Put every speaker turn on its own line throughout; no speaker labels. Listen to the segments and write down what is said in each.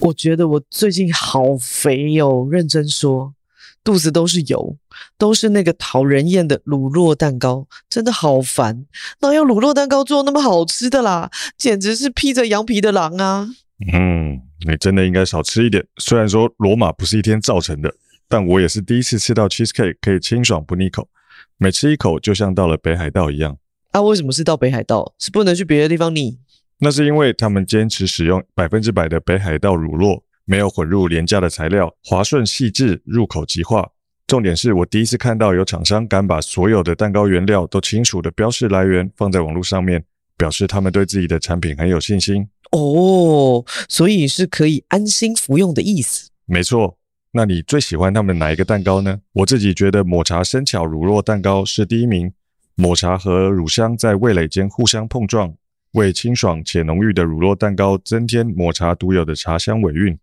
我觉得我最近好肥哟、认真说，肚子都是油，都是那个讨人厌的乳酪蛋糕，真的好烦。哪有乳酪蛋糕做那么好吃的啦？简直是披着羊皮的狼啊！
嗯，你真的应该少吃一点。虽然说罗马不是一天造成的，但我也是第一次吃到 cheesecake 可以清爽不腻口，每吃一口就像到了北海道一样。
啊，为什么是到北海道？是不能去别的地方腻？
那是因为他们坚持使用百分之百的北海道乳酪，没有混入廉价的材料，滑顺细致，入口即化。重点是我第一次看到有厂商敢把所有的蛋糕原料都清楚的标示来源放在网络上面，表示他们对自己的产品很有信心。
哦，所以是可以安心服用的意思。
没错，那你最喜欢他们哪一个蛋糕呢？我自己觉得抹茶生巧乳酪蛋糕是第一名。抹茶和乳香在味蕾间互相碰撞，为清爽且浓郁的乳酪蛋糕增添抹茶独有的茶香尾韵。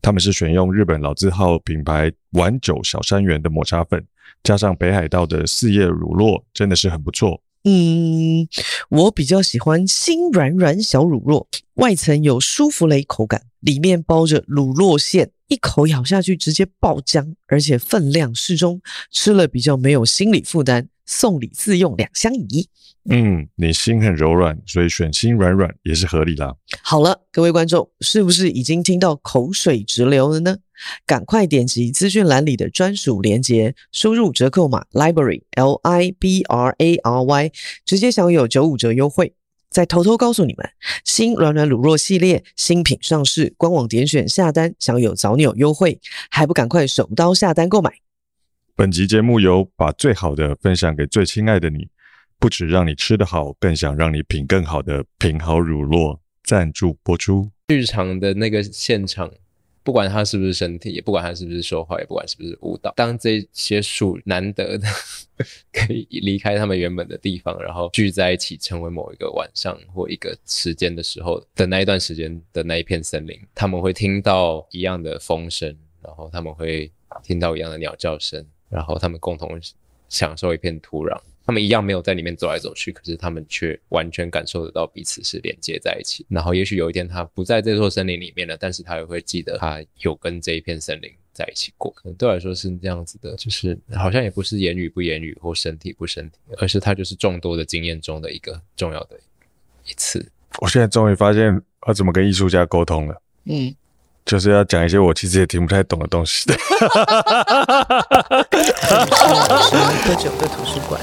他们是选用日本老字号品牌丸久小山园的抹茶粉，加上北海道的四叶乳酪，真的是很不错。
嗯，我比较喜欢心软软小乳酪，外层有舒芙蕾口感，里面包着乳酪馅，一口咬下去直接爆浆，而且分量适中，吃了比较没有心理负担，送礼自用两相宜。
嗯，你心很柔软，所以选心软软也是合理啦。
好了，各位观众，是不是已经听到口水直流了呢？赶快点击资讯栏里的专属链接，输入折扣码 library L I B R A R Y，直接享有九五折优惠。再偷偷告诉你们，新软软乳酪系列新品上市，官网点选下单享有早鸟优惠，还不赶快手刀下单购买？
本集节目由把最好的分享给最亲爱的你，不只让你吃得好，更想让你品更好的品好乳酪赞助播出。
剧场的那个现场，不管他是不是身体，也不管他是不是说话，也不管是不是舞蹈，当这些树难得的 可以离开他们原本的地方，然后聚在一起，成为某一个晚上或一个时间的时候的那一段时间的那一片森林，他们会听到一样的风声，然后他们会听到一样的鸟叫声，然后他们共同享受一片土壤。他们一样没有在里面走来走去，可是他们却完全感受得到彼此是连接在一起。然后，也许有一天他不在这座森林里面了，但是他也会记得他有跟这一片森林在一起过。可能对我来说是这样子的，就是好像也不是言语不言语或身体不身体，而是它就是众多的经验中的一个重要的一次。
我现在终于发现要怎么跟艺术家沟通了，
嗯，
就是要讲一些我其实也听不太懂的东西。
喝酒的图书馆，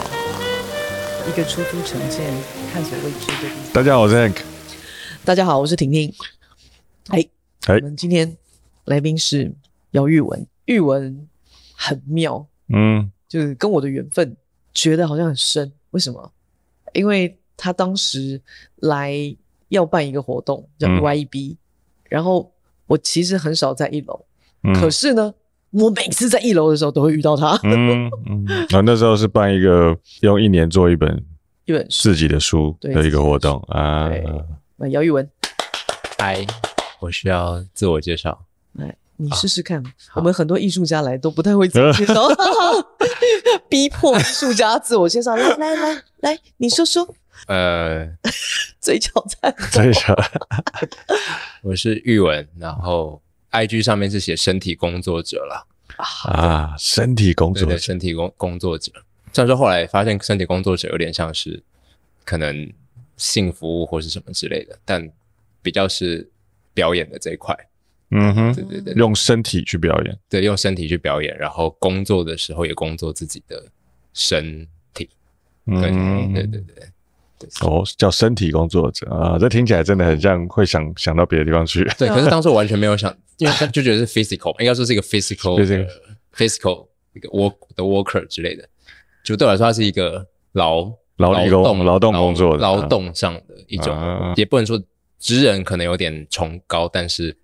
一个出租城建探索未知的地方。
大家好，我是 Hank。
大家好，我是婷婷。哎，
哎
我们今天来宾是姚玉文，玉文很妙，
嗯，
就是跟我的缘分，觉得好像很深。为什么？因为他当时来要办一个活动叫
嗯
YEB，、然后我其实很少在一楼，
嗯
可是呢，我每次在一楼的时候都会遇到 他。
嗯嗯，啊，那时候是办一个用一年做一本
一本书，
自己的书
对
的一个活动啊。
对那姚玉文，
嗨，我需要自我介绍。
你试试看，
啊好
我们很多艺术家来都不太会自 我介绍，逼迫艺术家自我介绍。来 来来来，你说说
呃，
嘴角在
这一场，
我是玉文，然后 IG 上面是写身体工作者啦。
啊，身体工
对
作
对，
者，
身体工工作者。虽然说后来发现身体工作者有点像是可能性服务或是什么之类的，但比较是表演的这一块。
嗯
对
哼，
对对
用身体去表演。
对，用身体去表演，然后工作的时候也工作自己的身体。对、
嗯，
对对对，对
哦，叫身体工作者啊，这听起来真的很像会想想到别的地方去。
对。可是当时我完全没有想，因为他就觉得是 physical，应该说是一个 physical
对对
的 physical 一个 work 的 worker 之类的。就对我来说，它是一个劳
劳力工
动
劳动工作的
劳
啊
劳动上的一种
啊
也不能说职人可能有点崇高，但是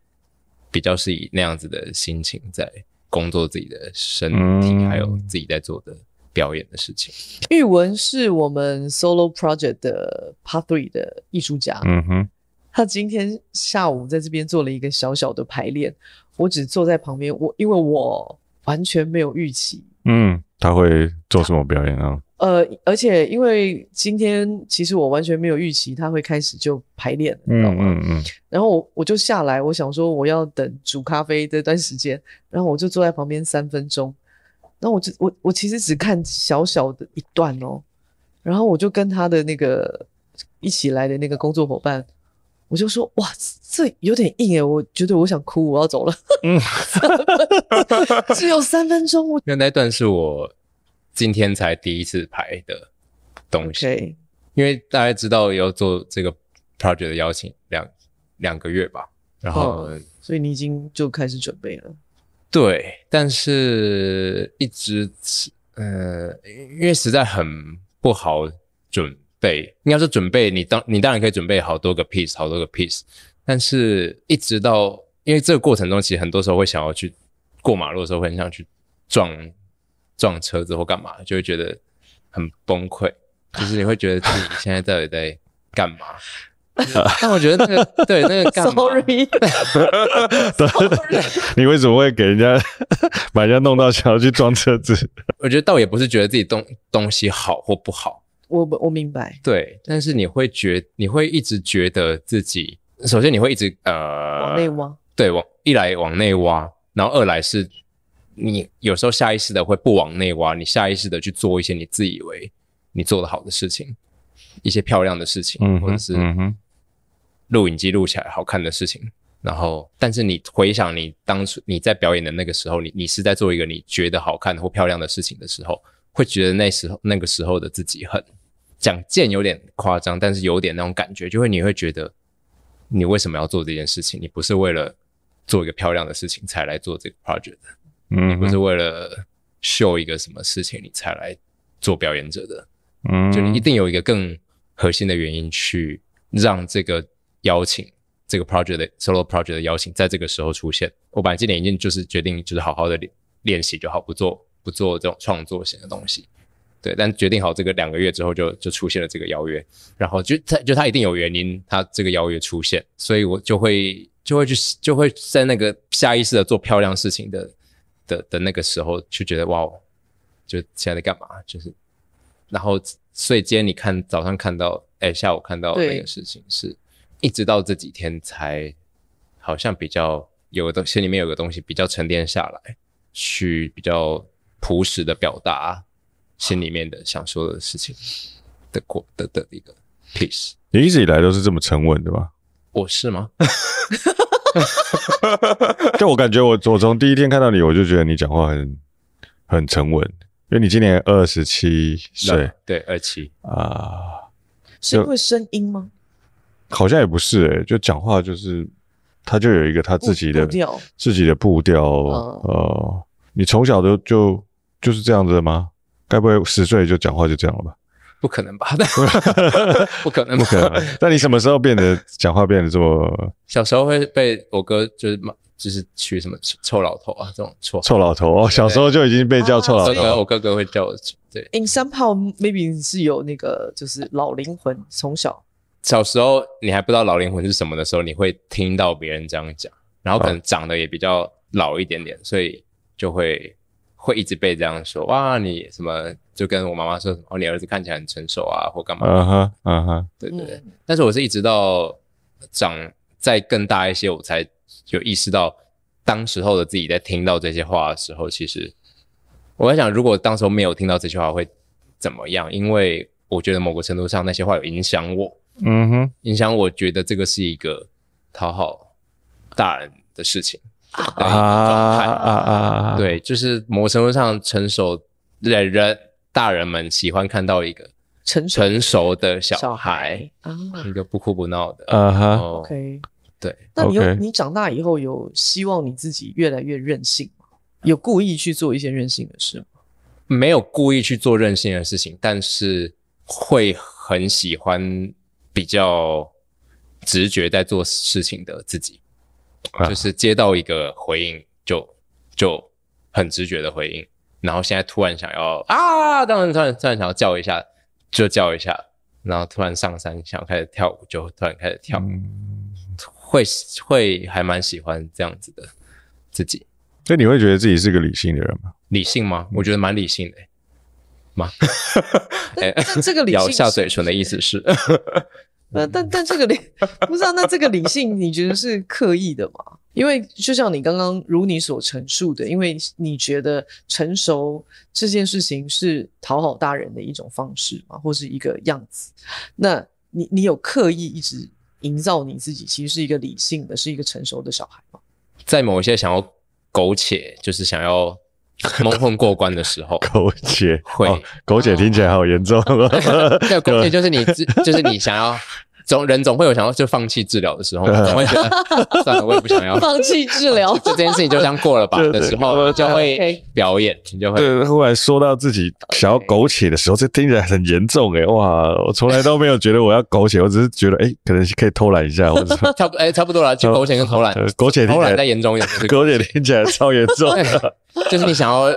比较是以那样子的心情在工作自己的身体，
嗯
还有自己在做的表演的事情。
玉文是我们 solo project 的 Part Three 的艺术家，
嗯哼，
他今天下午在这边做了一个小小的排练，我只坐在旁边，我因为我完全没有预期，
嗯，他会做什么表演啊？
呃，而且因为今天其实我完全没有预期他会开始就排练，你知道
嗯
吗？
嗯嗯，
然后我我就下来，我想说我要等煮咖啡这段时间，然后我就坐在旁边三分钟，然后我就我我其实只看小小的一段哦，然后我就跟他的那个一起来的那个工作伙伴，我就说哇，这有点硬诶，我觉得我想哭，我要走了，
嗯
只有三分钟， 我
因为那一段是我今天才第一次排的东西
OK，
因为大家知道要做这个 project 的邀请两两个月吧，然后、
哦所以你已经就开始准备了，
对，但是一直呃，因为实在很不好准备，应该说准备你当你当然可以准备好多个 piece，好多个 piece，但是一直到因为这个过程中，其实很多时候会想要去过马路的时候会很想去撞撞车子或干嘛，就会觉得很崩溃，就是你会觉得自己现在到底在干嘛？ 但我觉得那个对那个干嘛
Sorry，
你为什么会给人家把人家弄到想要去撞车子？
我觉得倒也不是觉得自己东东西好或不好，
我我明白，
对，但是你会觉，你会一直觉得自己，首先你会一直呃
往内挖。
对往一来往内挖，然后二来是你有时候下意识的会不往内挖，你下意识的去做一些你自以为你做的好的事情，一些漂亮的事情，
嗯哼，
或者是
嗯哼，
录影机录起来好看的事情。然后，但是你回想你当初你在表演的那个时候，你你是在做一个你觉得好看或漂亮的事情的时候，会觉得那时候那个时候的自己很讲贱有点夸张，但是有点那种感觉，就会你会觉得你为什么要做这件事情？你不是为了做一个漂亮的事情才来做这个 project，的
嗯
不
哼
是为了秀一个什么事情你才来做表演者的。
嗯，
就你一定有一个更核心的原因去让这个邀请，这个 project 的 solo project 的邀请在这个时候出现。我本来今年已经就是决定就是好好的练练习就好，不做不做这种创作型的东西。对，但决定好这个两个月之后就就出现了这个邀约，然后就他就他一定有原因，他这个邀约出现，所以我就会就会去就会在那个下意识的做漂亮事情的的的那个时候，就觉得哇，就现在在干嘛？就是，然后所以今天你看早上看到，哎、下午看到
对
那个事情是，一直到这几天才好像比较有个东心里面有个东西比较沉淀下来，去比较朴实的表达心里面的想说的事情的过的的一个 piece。
你一直以来都是这么沉稳的吧？
我是吗？
就我感觉我，我从第一天看到你，我就觉得你讲话很很沉稳，因为你今年二十七岁
对，二七。
啊，
是因为声音吗？
好像也不是诶、就讲话就是他就有一个他自己的
步调
自己的步调
哦
呃，你从小都就就是这样子的吗？该不会十岁就讲话就这样了吧？
不可 能吧？不可能，不
可能。那你什么时候变得讲话变得这么
小时候会被我哥就是骂，就是取什么臭老头啊这种绰号。
臭老头哦？小时候就已经被叫臭老
所以
头，
我哥哥会叫我对。
，in somehow maybe 你是有那个就是老灵魂，从小
小时候你还不知道老灵魂是什么的时候，你会听到别人这样讲，然后可能长得也比较老一点点，所以就会会一直被这样说。哇，你什么就跟我妈妈说什么，哦，你儿子看起来很成熟啊，或干嘛？
嗯哼嗯哼，
对对对。
嗯
但是我是一直到长再更大一些，我才有意识到，当时候的自己在听到这些话的时候，其实我在想，如果当时候没有听到这些话会怎么样？因为我觉得某个程度上那些话有影响我，
嗯哼，
影响我觉得这个是一个讨好大人的事情
啊啊啊啊！
对，就是某个程度上成熟的人大人们喜欢看到一个
成熟
成熟的
小
小孩，
啊
一个不哭不闹的，哦
啊
然
哈，
后
，OK。
对，
那你有
OK
你长大以后有希望你自己越来越任性吗？有故意去做一些任性的 事吗？
没有故意去做任性的事情，但是会很喜欢比较直觉在做事情的自己，
啊
就是接到一个回应就就很直觉的回应，然后现在突然想要啊，当然突然突然想要叫一下就叫一下，然后突然上山想开始跳舞就突然开始
嗯
跳，会会还蛮喜欢这样子的自己，
所以你会觉得自己是个理性的人吗？，
理性吗？我觉得蛮理性的欸、吗？ 哎
但这个理性
咬下
是
嘴唇的意思是，
呃，但但这个理 不知道，那这个理性你觉得是刻意的吗？因为就像你刚刚如你所陈述的，因为你觉得成熟这件事情是讨好大人的一种方式嘛，或是一个样子。那你你有刻意一直营造你自己其实是一个理性的，是一个成熟的小孩吗？
在某一些想要苟且，就是想要蒙混过关的时候
苟且
会
哦苟且听起来好严重哦。
对，苟且就是你自，就是你想要。总人总会有想要就放弃治疗的时候嘛，总会觉 得算了，我也不想要，
放弃治疗
就这件事情就这样过了吧
对对
的时候，就会
OK
表演，你就会
对，忽然说到自己想要苟且的时候，这听起来很严重诶。哇！我从来都没有觉得我要苟且，我只是觉得诶，可能是可以偷懒一下，或者 说
差不哎差不多了，就苟且跟偷懒，
呃苟且听
偷
起
懒再
来，
严重一点， 就是
苟且听起来超严 重的。
就是你想要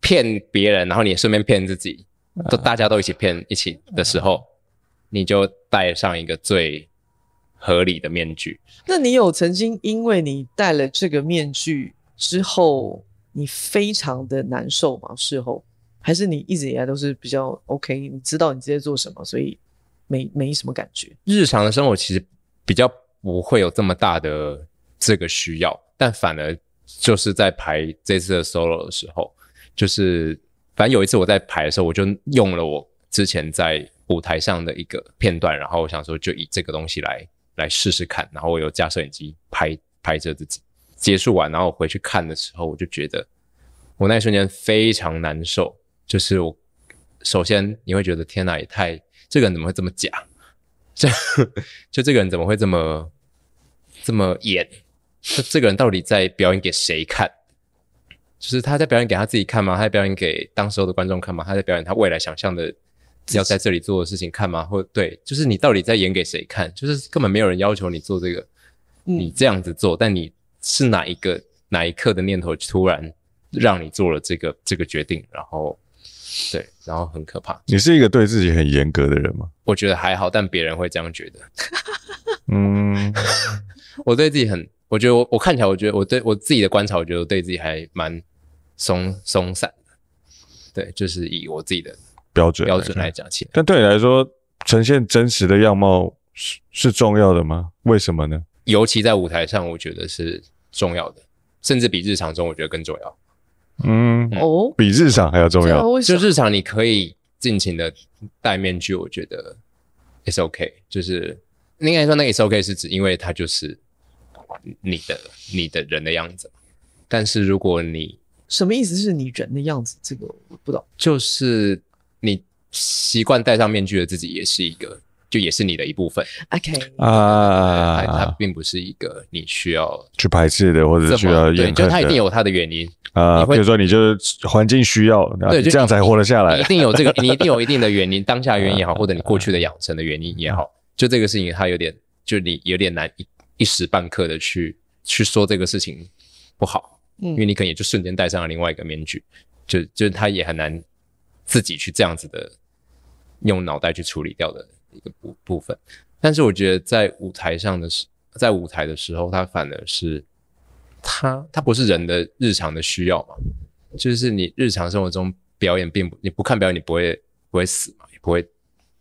骗别人，然后你也顺便骗自己，都大家都一起骗一起的时候，你就戴上一个最合理的面具。
那你有曾经因为你戴了这个面具之后，你非常的难受吗？事后，还是你一直以来都是比较 OK？你知道你自己在做什么，所以没没什么感觉。
日常的生活其实比较不会有这么大的这个需要，但反而就是在排这次的 solo 的时候，就是反正有一次我在排的时候，我就用了我之前在舞台上的一个片段，然后我想说就以这个东西来来试试看，然后我有架摄影机拍拍着自己。结束完，然后我回去看的时候，我就觉得我那一瞬间非常难受，就是我首先你会觉得天哪，也太这个人怎么会这么假？这就这个人怎么会这么这么演？就这个人到底在表演给谁看？就是他在表演给他自己看吗？他在表演给当时候的观众看吗？他在表演他未来想象的要在这里做的事情看吗？或对，就是你到底在演给谁看？就是根本没有人要求你做这个，
嗯
你这样子做，但你是哪一个哪一刻的念头突然让你做了这个这个决定？然后对，然后很可怕。
你是一个对自己很严格的人吗？
我觉得还好，但别人会这样觉得。
嗯，
我对自己很，我觉得我我看起来，我觉得我对我自己的观察，我觉得我对自己还蛮松松散的。对，就是以我自己的
标准
标准
看
来讲起来，
但对你来说，呈现真实的样貌是是重要的吗？为什么呢？
尤其在舞台上，我觉得是重要的，甚至比日常中我觉得更重要。
嗯，
哦，
比日常还要重
这
要
样。为什
就
么？
日常你可以尽情的戴面具，我觉得 it's okay，就是应该说那个 it's okay 是指因为它就是你的你的人的样子，但是如果你
什么意思是你人的样子？这个我不懂。
就是你习惯戴上面具的自己，也是一个，就也是你的一部分
OK，
它它
啊，
并不是一个你需要
去排斥的，或者
这
是需要
么对，
怨
就
恨
它一定
的
有它的原因，
啊，
你
比
会
如说你就是环境需要，啊
对就
这样才活得下
你一
来。嗯
定有 这个，你一定有一定的原因，当下原因也好，或者你过去的养成的原因也好，就这个事情它有点，就你有点难一一时半刻的去去说这个事情不好，因为
嗯，
你可能也就瞬间戴上了另外一个面具，就就他也很难自己去这样子的用脑袋去处理掉的一个部部分。但是我觉得在舞台上的时，在舞台的时候，他反而是他他不是人的日常的需要嘛，就是你日常生活中表演并不你不看表演你不会不会死嘛，也不会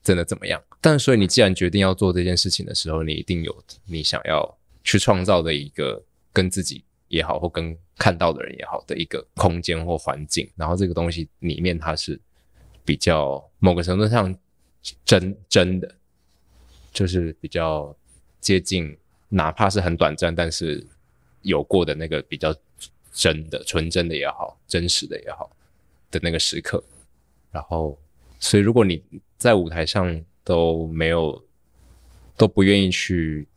真的怎么样。但所以你既然决定要做这件事情的时候，你一定有你想要去创造的一个跟自己也好，或跟看到的人也好的一个空间或环境。然后这个东西里面它是比较某个程度上真真的，就是比较接近，哪怕是很短暂，但是有过的那个比较真的、纯真的也好，真实的也好的那个时刻。然后，所以如果你在舞台上都没有都不愿意去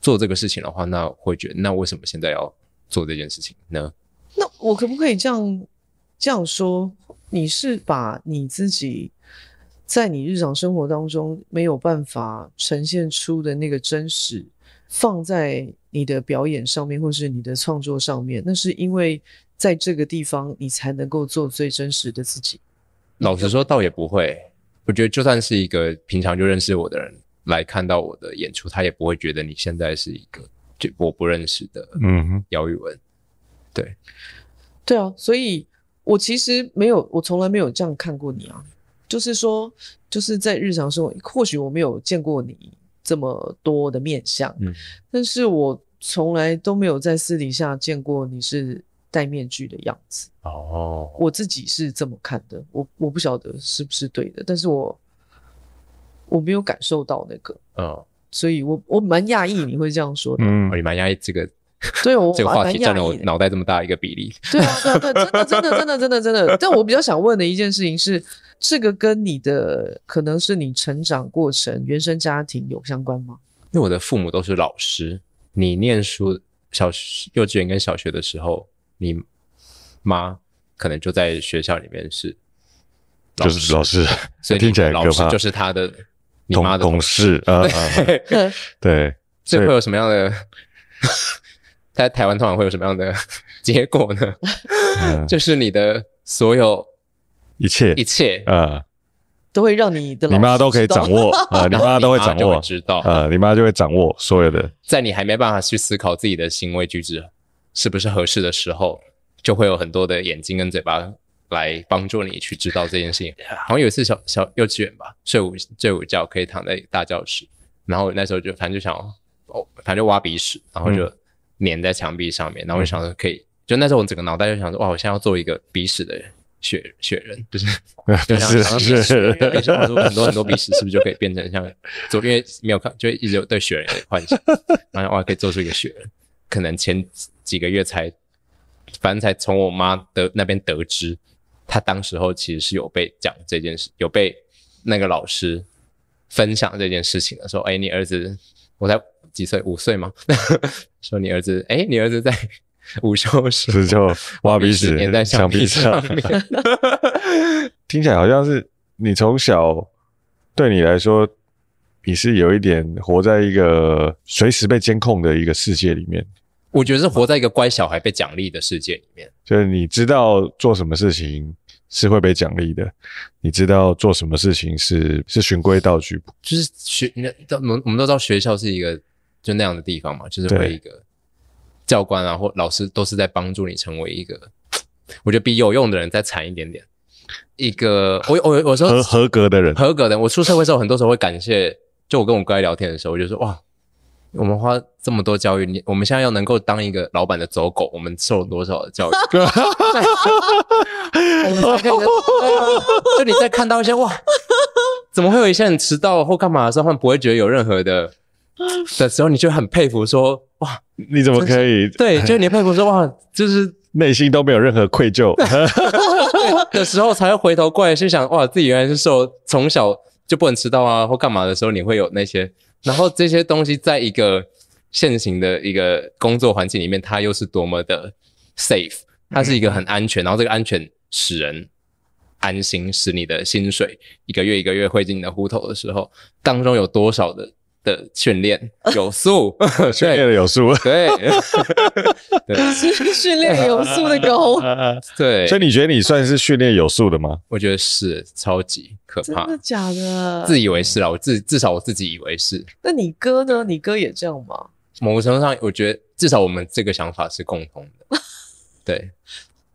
做这个事情的话，那会觉得那为什么现在要做这件事情呢？
那我可不可以这样这样说？你是把你自己在你日常生活当中没有办法呈现出的那个真实，放在你的表演上面，或是你的创作上面，那是因为在这个地方你才能够做最真实的自己。
老实说，倒也不会。我觉得就算是一个平常就认识我的人来看到我的演出，他也不会觉得你现在是一个就我不认识的
嗯哼，
姚宇文。
对啊，所以我其实没有，我从来没有这样看过你啊。就是说，就是在日常生活，或许我没有见过你这么多的面相，
嗯
但是我从来都没有在私底下见过你是戴面具的样子。
哦，
我自己是这么看的，我我不晓得是不是对的，但是我我没有感受到那个，
嗯，
所以我我蛮讶异你会这样说的，
嗯
我，也蛮压抑这个
对我
这个话
蛮
题占了
讶
我
异的
脑袋这么大一个比例。
对啊，对啊，对啊，真的，真的，真的，真的，真的。但我比较想问的一件事情是，这个跟你的可能是你成长过程、原生家庭有相关吗？
因为我的父母都是老师，你念书小学幼稚园跟小学的时候，你妈可能就在学校里面是
就是老师，
所以你
听起来很
老
可
师
怕，
就是他的你
同
妈的
同事啊，呃 呃呃对，
所以
对
会有什么样的？在台湾通常会有什么样的 结果呢？
嗯
就是你的所有
一切
一切，
啊，
都会让你的老
你妈
师
都可以
知道
掌握啊， 你妈都会
你
掌
就
握
知道。
啊，你妈就会掌握所有的，
在你还没办法去思考自己的行为举止是不是合适的时候，就会有很多的眼睛跟嘴巴来帮助你去知道这件事情。好像有一次小小幼稚园吧，睡午睡午觉可以躺在大教室，然后那时候就反正就想哦，反正就挖鼻屎，然后就粘在墙壁上面，然后我就想说可以，就那时候我整个脑袋就想说哇，我现在要做一个鼻屎的雪雪人，就是就像
是
像
是
鼻屎人对像我说很多很多鼻屎是不是就可以变成像做？因为没有看，就一直有对雪人的幻想，然后哇可以做出一个雪人，可能前几个月才，反正才从我妈的那边得知，她当时候其实是有被讲这件事，有被那个老师分享这件事情的，说：“哎，你儿子，我才几岁，五岁吗？ 说你儿子，哎，你儿子在 午休时
是 就挖鼻
屎
屎
粘在墙
墙
壁
壁
上
上，
面。
听起来好像是你从小对你来说，你是有一点活在一个随时被监控的一个世界里面，”
我觉得是活在一个乖小孩被奖励的世界里面。
就是你知道做什么事情是会被奖励的，你知道做什么事情是是循规蹈矩，
就是学，那我们我们都知道学校是一个就那样的地方嘛，就是会
对
一个教官啊或老师都是在帮助你成为一个，我觉得比有用的人再惨一点点。一个我我我说
合合格的人，
合格的人，我出社会之后，很多时候会感谢，就我跟我哥在聊天的时候，我就说哇，我们花这么多教育，你我们现在要能够当一个老板的走狗，我们受了多少的教育？我们才可以在对啊 就你在看到一些哇，怎么会有一些人迟到或干嘛的时候，他们不会觉得有任何的的时候，你就很佩服说哇，
你怎么可以
对，就是你佩服说哇，就是
内心都没有任何愧疚？
的时候才会回头过来去想，哇，自己原来是受从小就不能迟到啊，或干嘛的时候，你会有那些，然后这些东西在一个现行的一个工作环境里面，它又是多么的 safe，它是一个很安全，然后这个安全使人安心，使你的薪水一个月一个月汇进你的户头的时候，当中有多少的的训 练有素，
训练
对
了有素，
对对
是训练有素的狗，
呃对，
所以你觉得你算是训练有素的吗？
我觉得是超级可
真
怕，
的假的？
自以为是啦，我自至少我自己以为是。
那你哥呢？你哥也这样吗？
某个程度上，我觉得至少我们这个想法是共同的。对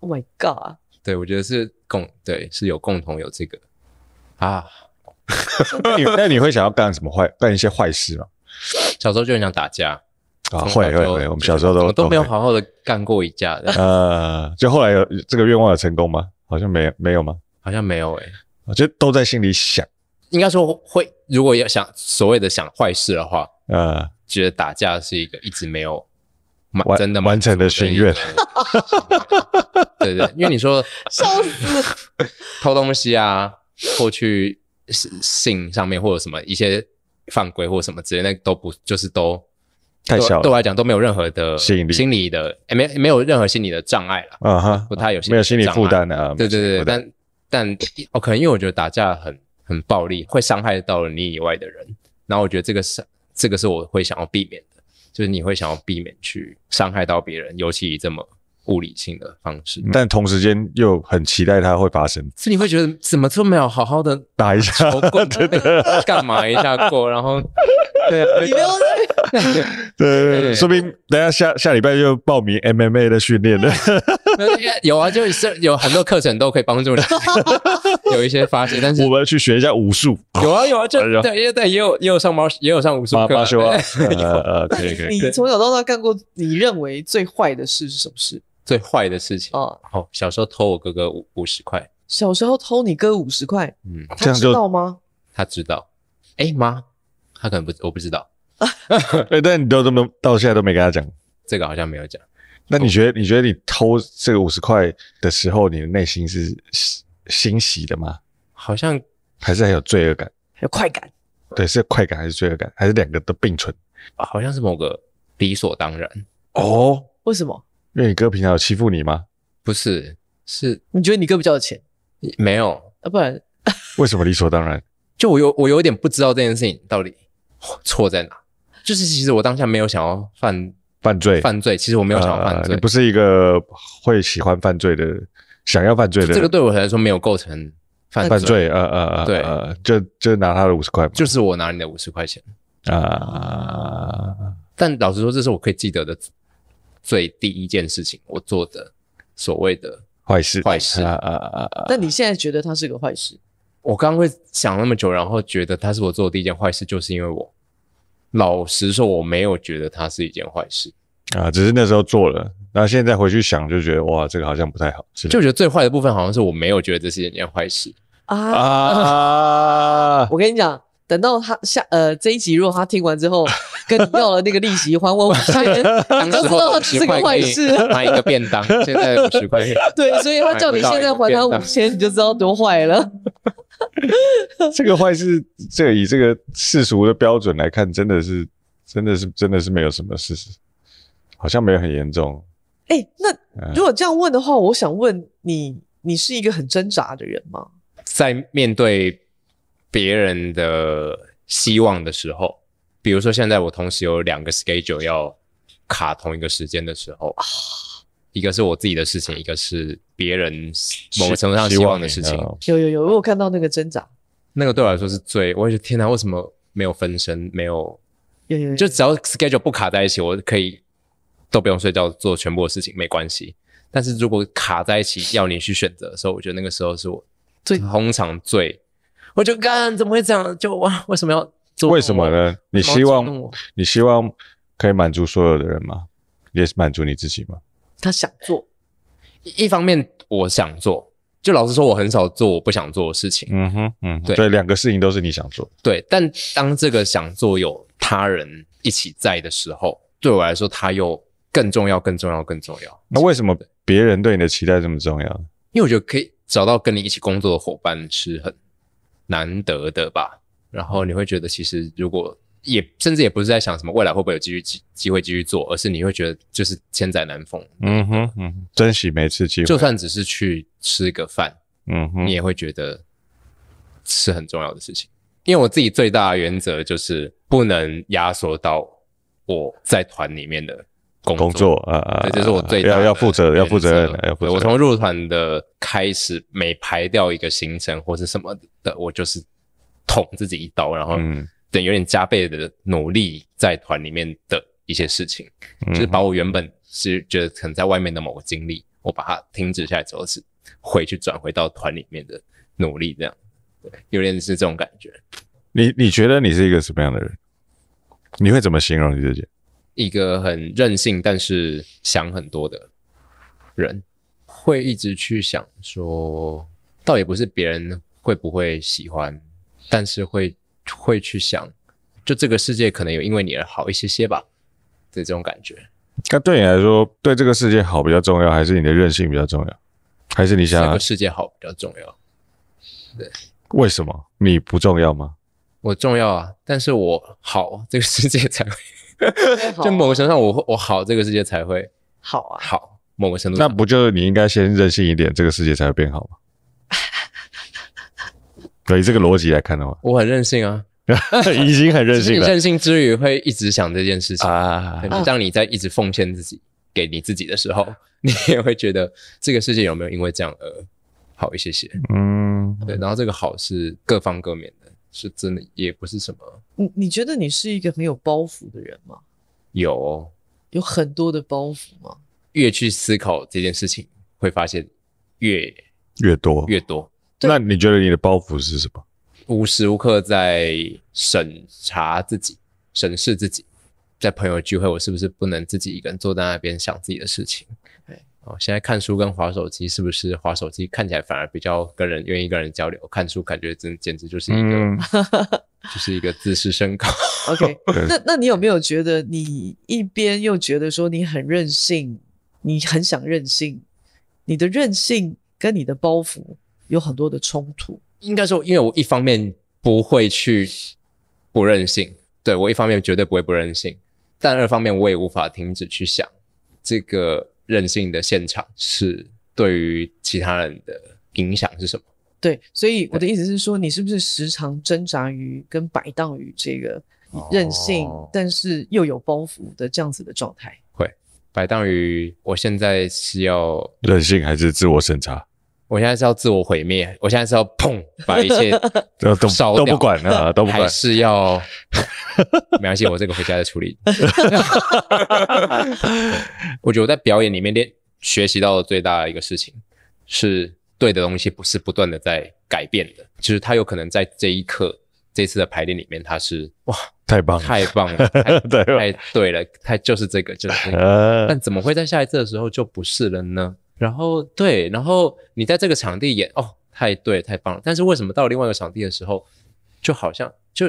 Oh my god！
对，我觉得是共对是有共同有这个啊。
那你那你会想要干什么坏干一些坏事吗？
小时候就很想打架，
啊，
从小
会会
就
会，我们小时候
怎
都
么都没有
会
好好的干过一架的，
呃，就后来有这个愿望有成功吗？好像没有，没有吗？
好像没有诶、欸
我觉得都在心里想，
应该说会，如果要想所谓的想坏事的话，
呃，
觉得打架是一个一直没有满
完
真的满
完成的
足
心
一
愿
个对对，因为你说
笑 死！
偷东西啊，或去性上面或者什么一些犯规或什么之类，那都不就是都
太小了
对我来讲都没有任何的
吸引力
心理的哎没没有任何心理的障碍了，
啊哈
不，太有
没有心理
障碍
负担的啊，
对对对，
没有心理负担
但但哦，可能因为我觉得打架很很暴力，会伤害到了你以外的人，然后我觉得这个是这个是我会想要避免的，就是你会想要避免去伤害到别人，尤其以这么物理性的方式。
但同时间又很期待它会发生，
所以你会觉得怎么都没有好好的
打一下，
头过， 干嘛一下过，然后对啊，
你没有在
对对
对
对，说明等一下下下礼拜就报名 MMA 的训练了，
有啊，就是有很多课程都可以帮助你 有一些发现，但是
我们去学一下武 术，
有啊有啊，就
哎呀
对，也对，也有也有上猫，也有上武术
马
课啊，
马修 啊
对，
呃呃，可以可以
你，从小到大干过你认为最坏的事是什么事
最坏的事情
啊？
哦，小时候偷我哥哥五五十块，
小时候偷你哥五十块，
嗯，
这
他
样
知
就
道吗？
他知道，哎妈，他可能不，我不知道，
哎，但你都这么到现在都没跟他讲，
这个好像没有讲，
那你觉得你觉得你偷这个五十块的时候，你的内心是欣欣喜的吗？
好像
还是很有罪恶感？
还有快感，
对，是快感还是罪恶感，还是两个都并存？
好像是某个理所当然，
哦，
为什么？
因为你哥平常有欺负你吗？
不是是
你觉得你哥比较有钱？
没有，
啊，不然
为什么理所当然？
就我有我有点不知道这件事情到底 错在哪，就是其实我当下没有想要犯
犯罪，
犯罪，其实我没有想要犯
呃
罪
你，不是一个会喜欢犯罪的，想要犯罪的
这个对我来说没有构成犯
犯罪，呃呃呃，
对
呃，就就拿他的五十块嘛，
就是我拿你的五十块钱。
啊、
但老实说，这是我可以记得的最第一件事情，我做的所谓的。
坏事，
坏事
啊啊啊啊！
那你现在觉得他是个坏事？
我刚刚会想那么久，然后觉得他是我做的第一件坏事，就是因为我老实说，我没有觉得它是一件坏事，
啊，只是那时候做了，那现在回去想就觉得哇，这个好像不太好，是
就觉得最坏的部分好像是我没有觉得这是一件坏事。
啊，
啊，
我跟你讲，等到他下呃这一集，如果他听完之后跟你要了那个利息还我五十块钱，
当
你
时
就知
候
道他
五
是个
十块
坏
啊可以
事。
买一个便当，现在五十块可以
对，所以他叫你现在还他五千，你就知道多坏了。
这个坏事，这个以这个世俗的标准来看，真的是，真的是，真的是没有什么事，好像没有很严重。
哎、那
嗯
如果这样问的话，我想问你，你是一个很挣扎的人吗？
在面对别人的希望的时候，比如说现在我同时有两个 schedule 要卡同一个时间的时候，一个是我自己的事情，一个是别人某个程度上希望的事情。
呃
有有有，我有看到那个挣扎，
那个对我来说是最，我也觉得天哪，为什么没有分身，没有
有有有，
就只要 schedule 不卡在一起，我可以都不用睡觉做全部的事情，没关系。但是如果卡在一起要你去选择的时候，我觉得那个时候是我
最
通常最，我就干怎么会这样？就哇，为什么要做？
为什么？呢？你
为什么
希
要捉弄
望
我
你希望可以满足所有的人吗？也是满足你自己吗？
他想做，
一一方面我想做，就老实说，我很少做我不想做的事情。
嗯哼，嗯哼，
对
对，两个事情都是你想做，
对，但当这个想做有他人一起在的时候，对我来说，它又更重要、更重要、更重要。
那为什么别人对你的期待这么重要？
因为我觉得可以找到跟你一起工作的伙伴是很难得的吧。然后你会觉得，其实如果也甚至也不是在想什么未来会不会有继续机机会继续做，而是你会觉得就是千载难逢，
嗯哼，嗯哼，珍惜每次机会
就。算只是去吃个饭，
嗯
你
哼，
也会觉得是很重要的事情。因为我自己最大的原则就是不能压缩到我在团里面的工作
工作啊啊，
对，这是我最大
要
的
要负责，
原
要负责任的，要负
对
责任。
我从入团的开始，每排掉一个行程或是什么的，我就是捅自己一刀，然后
嗯
等有点加倍的努力在团里面的一些事情，
嗯
就是把我原本是觉得可能在外面的某个经历，我把它停止下来之后，是回去转回到团里面的努力，这样，对，有点是这种感觉。
你你觉得你是一个什么样的人？你会怎么形容你自己？
一个很任性，但是想很多的人，会一直去想说，倒也不是别人会不会喜欢，但是会会去想，就这个世界可能有因为你而好一些些吧的这种感觉。
那对你来说，对这个世界好比较重要，还是你的任性比较重要？还是你啊
这
想
个世界好比较重要，
为什么你不重要吗？
我重要啊，但是我好，这个世界才会，
好啊
就某个程度上我会我好，这个世界才会
好啊，
好，某个程度
那
上
不就是你应该先任性一点，这个世界才会变好吗？ 对这个逻辑来看的话，
我很任性啊，
已经很任
只
性
是你
了
任性之余会一直想这件事情
啊
可！能当你在一直奉献自己给你自己的时候， 你也会觉得这个世界有没有因为这样而好一些些？
嗯，
对，然后这个好是各方各面的，是真的，也不是什么
你你觉得你是一个很有包袱的人吗？
有哦
有很多的包袱吗？
越去思考这件事情，会发现越
越多
越多，
那你觉得你的包袱是什么？
无时无刻在审查自己、审视自己。在朋友聚会，我是不是不能自己一个人坐在那边想自己的事情？对，哦，现在看书跟划手机，是不是划手机看起来反而比较跟人愿意跟人交流？看书感觉真简直就是一个、
嗯，
就是一个自视甚高。
OK，
对
那那你有没有觉得你一边又觉得说你很任性，你很想任性，你的任性跟你的包袱有很多的冲突？
应该说，因为我一方面不会去不任性，对我一方面绝对不会不任性，但二方面我也无法停止去想这个任性的现场是对于其他人的影响是什么。
对，所以我的意思是说，你是不是时常挣扎于跟摆荡于这个任性，
哦
但是又有包袱的这样子的状态？
摆荡于我现在是要，
任性还是自我审查？
我现在是要自我毁灭，我现在是要砰把一切
都都
烧
都
掉
不管 啊，都不
还
管。
是要没关系，我这个回家再 处理。我觉得我在表演里面练学习到的最大的一个事情是，对的东西不是不断的在改变的，就是它有可能在这一刻。这次的排练里面，它是哇，
太棒了，
太棒 了，太
对吧
太对了，它就是这个，就是这个。
呃，
但怎么会在下一次的时候就不是了呢？然后对，然后你在这个场地演，哦，太对，太棒了。但是为什么到另外一个场地的时候，就好像就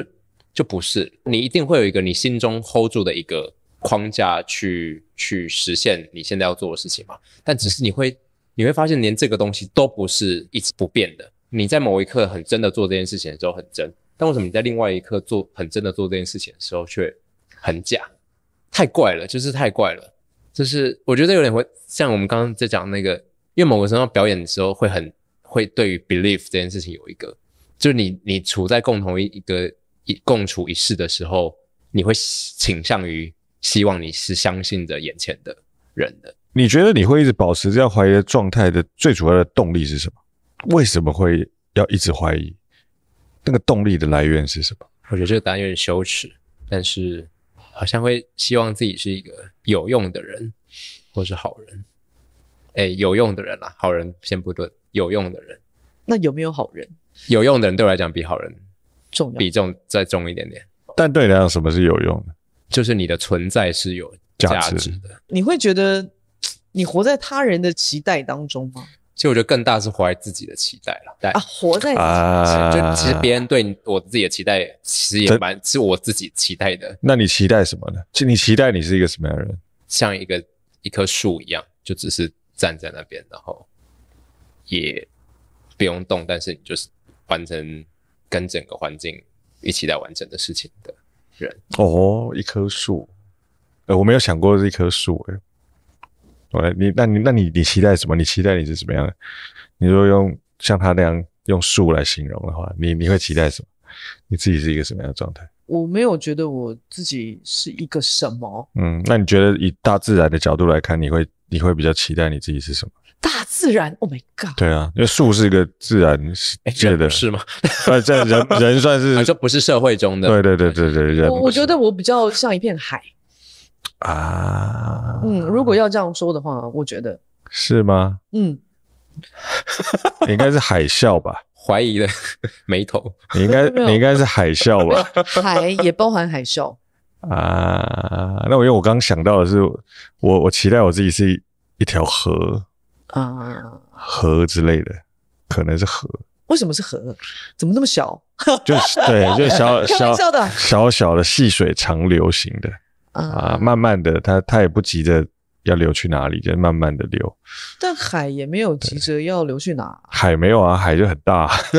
就不是？你一定会有一个你心中 hold 住的一个框架去去实现你现在要做的事情嘛？但只是你会你会发现，连这个东西都不是一直不变的。你在某一刻很真的做这件事情的时候很真，但为什么你在另外一刻做很真的做这件事情的时候却很假？太怪了，就是太怪了。就是我觉得有点会像我们刚刚在讲那个，因为某个时候表演的时候会很会对于 belief 这件事情有一个，就是你你处在共同一一个一共处一室的时候，你会倾向于希望你是相信着眼前的人的。
你觉得你会一直保持这样怀疑的状态的最主要的动力是什么？为什么会要一直怀疑？那个动力的来源是什么？
我觉得这个答案有点羞耻，但是好像会希望自己是一个有用的人，或是好人。哎，有用的人啦、好人先不论，有用的人，
那有没有好人
有用的人对我来讲比好人
重要？
比重再重一点点。
但对你来讲，什么是有用的？
就是你的存在是有
价
价
值
值的。
你会觉得你活在他人的期待当中吗？
其实我觉得更大是怀自己的期待了。但
啊，活 在
啊
就其实别人对你我自己的期待，其实也
这
蛮是我自己期待的，
那你期待什么呢？就你期待你是一个什么样的人？
像一个一棵树一样，就只是站在那边，然后也不用动，但是你就是完成跟整个环境一起来完成的事情的人。
哦，一棵树。呃，我没有想过是一棵树、欸。我来，你那你那你你期待什么？你期待你是什么样的？你如果用像他那样用树来形容的话，你你会期待什么？你自己是一个什么样的状态？
我没有觉得我自己是一个什么。
嗯，那你觉得以大自然的角度来看，你会你会比较期待你自己是什么？
大自然，Oh my God！
对啊，因为树是一个自然
哎，
界
人
的
不，是吗？
呃，这人人算是
啊，这不是社会中的
对对对对对人
我我觉得我比较像一片海。
啊，
嗯，如果要这样说的话，我觉得，
是吗？
嗯，
你应该是海 啸吧？
怀疑的 眉头。
你应该
没有没有
你应该是海啸 吧？
海也包含海 啸。
啊，那我因为我刚想到的是，我我期待我自己是一条河
啊，
河之类的，可能是河，
为什么是河？怎么那么小？ 啊
就是对，就小
开玩
小
笑的
小小的细水长流型的啊，
啊，
慢慢的，它它也不急着要流去哪里，就慢慢的流。
但海也没有急着要流去哪，
海没有啊，海就很大，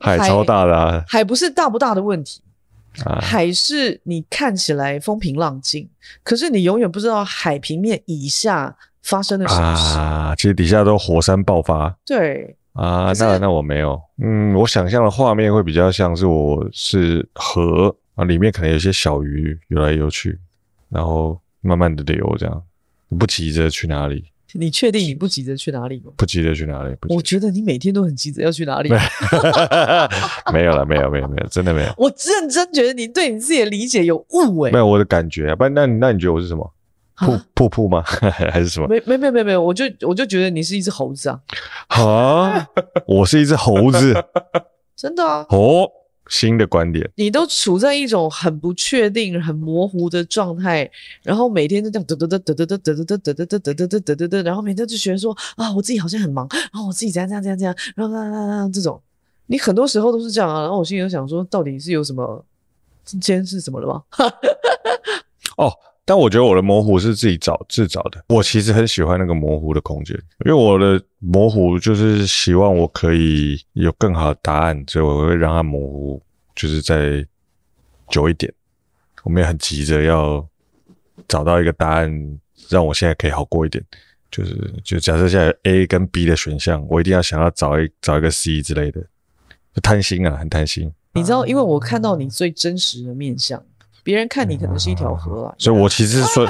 海超大的啊，
海不是大不大的问题，
啊
海是你看起来风平浪静，可是你永远不知道海平面以下发生了什么事。
啊，其实底下都火山爆发。
对，
啊，
可是
那那我没有，嗯，我想象的画面会比较像是我是河啊，里面可能有一些小鱼游来游去，然后慢慢的流这样，不急着去哪里，
你确定你不急着去哪里吗？
不急着去哪里，不
我
急
觉得你每天都很急着要去哪里。
着， 没有了，没有，没有，没有，真的没有，
我认真觉得你对你自己的理解有误哎、
没有我的感觉、啊，不然那你那你觉得我是什么？瀑
啊
瀑布吗？ 还是什么？
没没没没没有，我就我就觉得你是一只猴子啊，
啊， 我是一只猴子
真的啊，
哦，新的观点。
你都处在一种很不确定、很模糊的状态，然后每天都这样嘚嘚嘚嘚嘚嘚嘚嘚嘚嘚嘚嘚嘚嘚嘚嘚嘚，然后每天就觉得说啊，我自己好像很忙，然后我自己怎样怎样怎样怎样，然后啦啦啦这种，你很多时候都是这样啊。然后我心里就想说，到底是有什么？今天是什么了吗？
但我觉得我的模糊是自己找自找的。我其实很喜欢那个模糊的空间，因为我的模糊就是希望我可以有更好的答案，所以我会让它模糊，就是再久一点。我们也很急着要找到一个答案，让我现在可以好过一点。就是就假设现在有 A 跟 B 的选项，我一定要想要找一找一个 C 之类的，就贪心啊，很贪心。
你知道，因为我看到你最真实的面相，别人看你可能是一条河啊。
所以我其实是孙，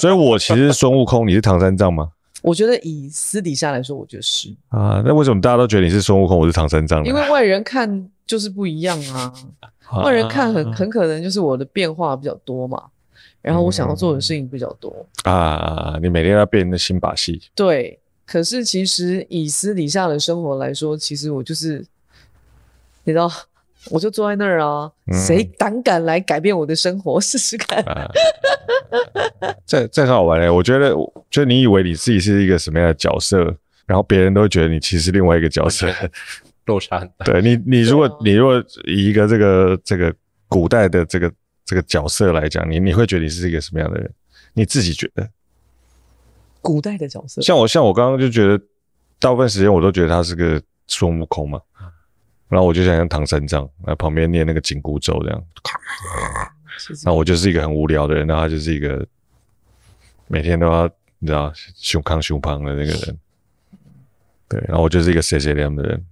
所以我其实是孙悟空，你是唐三藏吗？
我觉得以私底下来说，我觉得是
啊，那为什么大家都觉得你是孙悟空，我是唐三藏呢？
因为外人看就是不一样啊。
啊
外人看很很可能就是我的变化比较多嘛，然后我想要做的事情比较多。
啊，你每天要变那新把戏，
对，可是其实以私底下的生活来说，其实我就是，你知道， 我就坐在那儿啊，
嗯啊
谁胆敢来改变我的生活 试试看？
这这很好玩嘞、我觉得，就你以为你自己是一个什么样的角色，然后别人都会觉得你其实是另外一个角色。
落差很大。
对你，你如果、
对啊
你如果以一个这个这个古代的这个这个角色来讲，你你会觉得你是一个什么样的人？你自己觉得？
古代的角色，
像我像我刚刚就觉得，大部分时间我都觉得他是个孙悟空嘛，然后我就想像唐三藏，然后旁边念那个紧箍咒这样，
其实
那我就是一个很无聊的人，那他就是一个每天都要你知道胸康胸胖的那个人，对，然后我就是一个谁谁亮的人，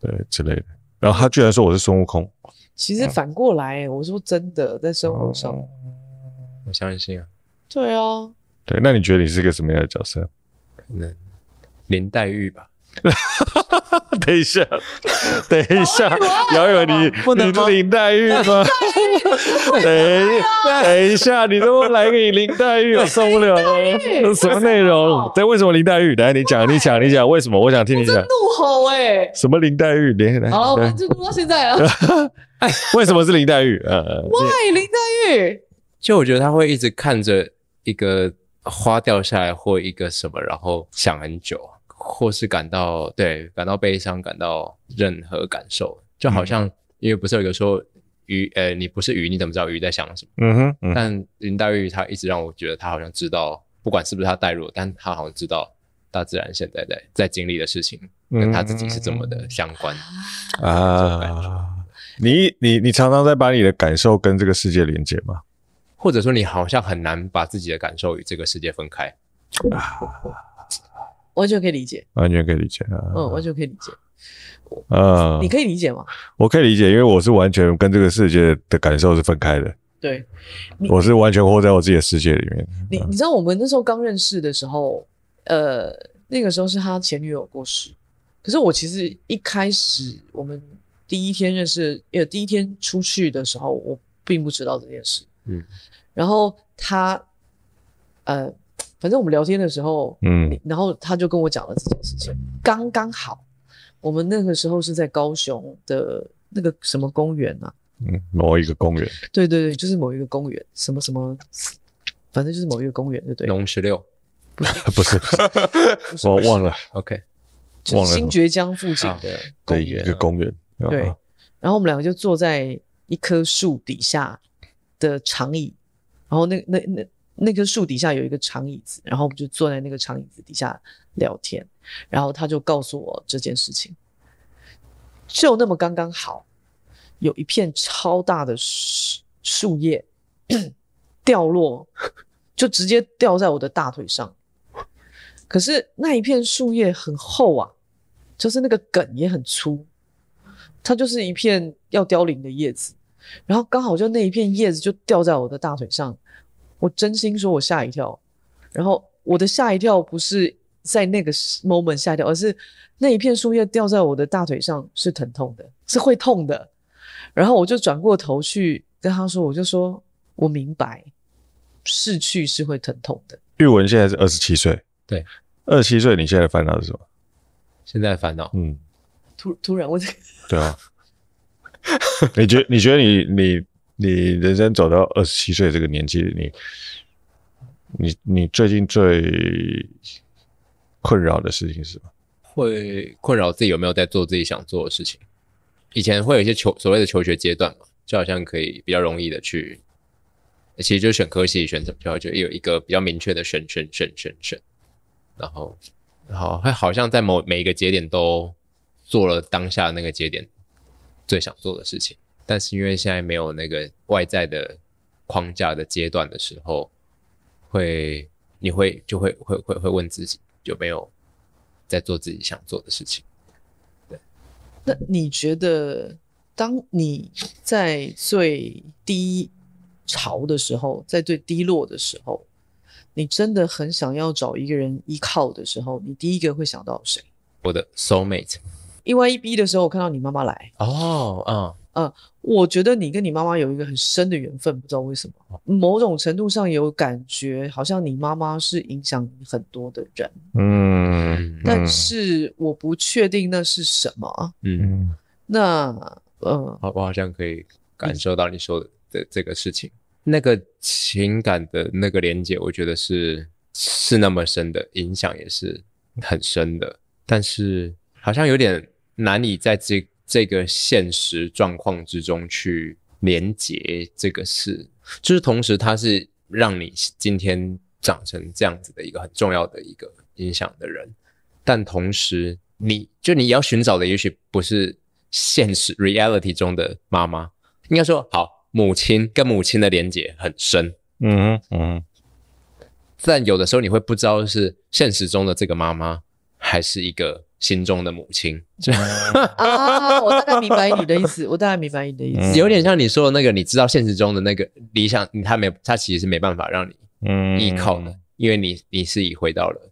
对之类的。然后他居然说我是孙悟空，
其
嗯
实反过来，我说真的，在生活上，
哦
我相信啊，
对啊，
对，那你觉得你是一个什么样的角色？
可能林黛玉吧，
等一下，等一下，姚友你
啊不能吗
你林黛玉 吗？等一
啊
等一下，你都来个林黛玉，我受不了了，什么内
啊
容？对，为什么林黛玉？来，你讲，你讲，你讲，为什么？我想听你讲。
怒吼哎、欸！
什么林黛玉？连来，
哦
好了，我
来
们就录到现在啊了。
为什么是林黛玉？呃，
喂，林黛玉，
就我觉得他会一直看着一个花掉下来或一个什么，然后想很久，或是感到对感到悲伤，感到任何感受，就好像、因为不是有一个说鱼，呃，你不是鱼，你怎么知道鱼在想什么？
嗯哼，嗯哼，
但林黛玉她一直让我觉得她好像知道，不管是不是她带入，但她好像知道大自然现在在在经历的事情，跟她自己是这么的相关。
嗯啊。你你你常常在把你的感受跟这个世界连接吗？
或者说你好像很难把自己的感受与这个世界分开。
完全可以理解，
完全可以理解啊。
嗯，完全可以理解。
啊
你可以理解吗？
我可以理解，因为我是完全跟这个世界的感受是分开的，
对，嗯你
我是完全活在我自己的世界里面。
你你知道我们那时候刚认识的时候，呃，那个时候是他前女友过世，可是我其实一开始我们第一天认识，呃，第一天出去的时候，我并不知道这件事，
嗯，
然后他，呃，反正我们聊天的时候，
嗯
然后他就跟我讲了这件事情，刚刚好，我们那个时候是在高雄的那个什么公园啊，
嗯，某一个公园，
对对对，就是某一个公园，什么什么，反正就是某一个公园，对不对？
农十六
不 是，我忘了，
，OK，
就
忘了
是
什
新
么
爵江附
啊
近的公
对，一
园。
个公园。
对
啊，
然后我们两个就坐在一棵树底下的长椅，然后那那那那棵树底下有一个长椅子，然后我们就坐在那个长椅子底下聊天，然后他就告诉我这件事情，就那么刚刚好，有一片超大的树树叶掉落，就直接掉在我的大腿上。可是那一片树叶很厚啊，就是那个梗也很粗，它就是一片要凋零的叶子，然后刚好就那一片叶子就掉在我的大腿上，我真心说我吓一跳，然后我的吓一跳不是在那个 moment 吓一跳，而是那一片树叶掉在我的大腿上是疼痛的，是会痛的，然后我就转过头去跟他说，我就说我明白，逝去是会疼痛的。
玉文现在是二十七岁，
对，
二十七岁，你现在的烦恼是什么？
现在的烦恼，
嗯，
突突然问这个，
对啊， 你觉你觉得你你你人生走到二十七岁这个年纪，你你你最近最困扰的事情是什么？
会困扰自己有没有在做自己想做的事情。以前会有一些求所谓的求学阶段嘛，就好像可以比较容易的去，其实就选科系选什么，就就有一个比较明确的选选选选选，然后然后会好像在某每一个节点都做了当下那个节点最想做的事情，但是因为现在没有那个外在的框架的阶段的时候，会你会就会会会会问自己有没有在做自己想做的事情。
那你觉得，当你在最低潮的时候，在最低落的时候，你真的很想要找一个人依靠的时候，你第一个会想到谁
我的 soul mate。
？E Y E B 的时候，我看到你妈妈来，
哦，嗯，
我觉得你跟你妈妈有一个很深的缘分，不知道为什么，某种程度上有感觉，好像你妈妈是影响你很多的人，
嗯，
但是我不确定那是什么。
嗯，
嗯，
那呃，
好，我好像可以感受到你说的这个事情，那个情感的那个连接，我觉得是是那么深的，影响也是很深的，但是好像有点难以在这这个现实状况之中去连接这个事，就是同时它是让你今天长成这样子的一个很重要的一个影响的人，但同时你就你要寻找的也许不是现实 reality 中的妈妈，应该说好母亲跟母亲的连结很深，
嗯哼嗯
但有的时候你会不知道是现实中的这个妈妈，还是一个心中的母亲，就
啊，我大概明白你的意思，我大概明白你的意思。
嗯
有点像你说的那个，你知道现实中的那个理想，他没有，他其实是没办法让你
嗯，
依靠的，因为你你是已回到了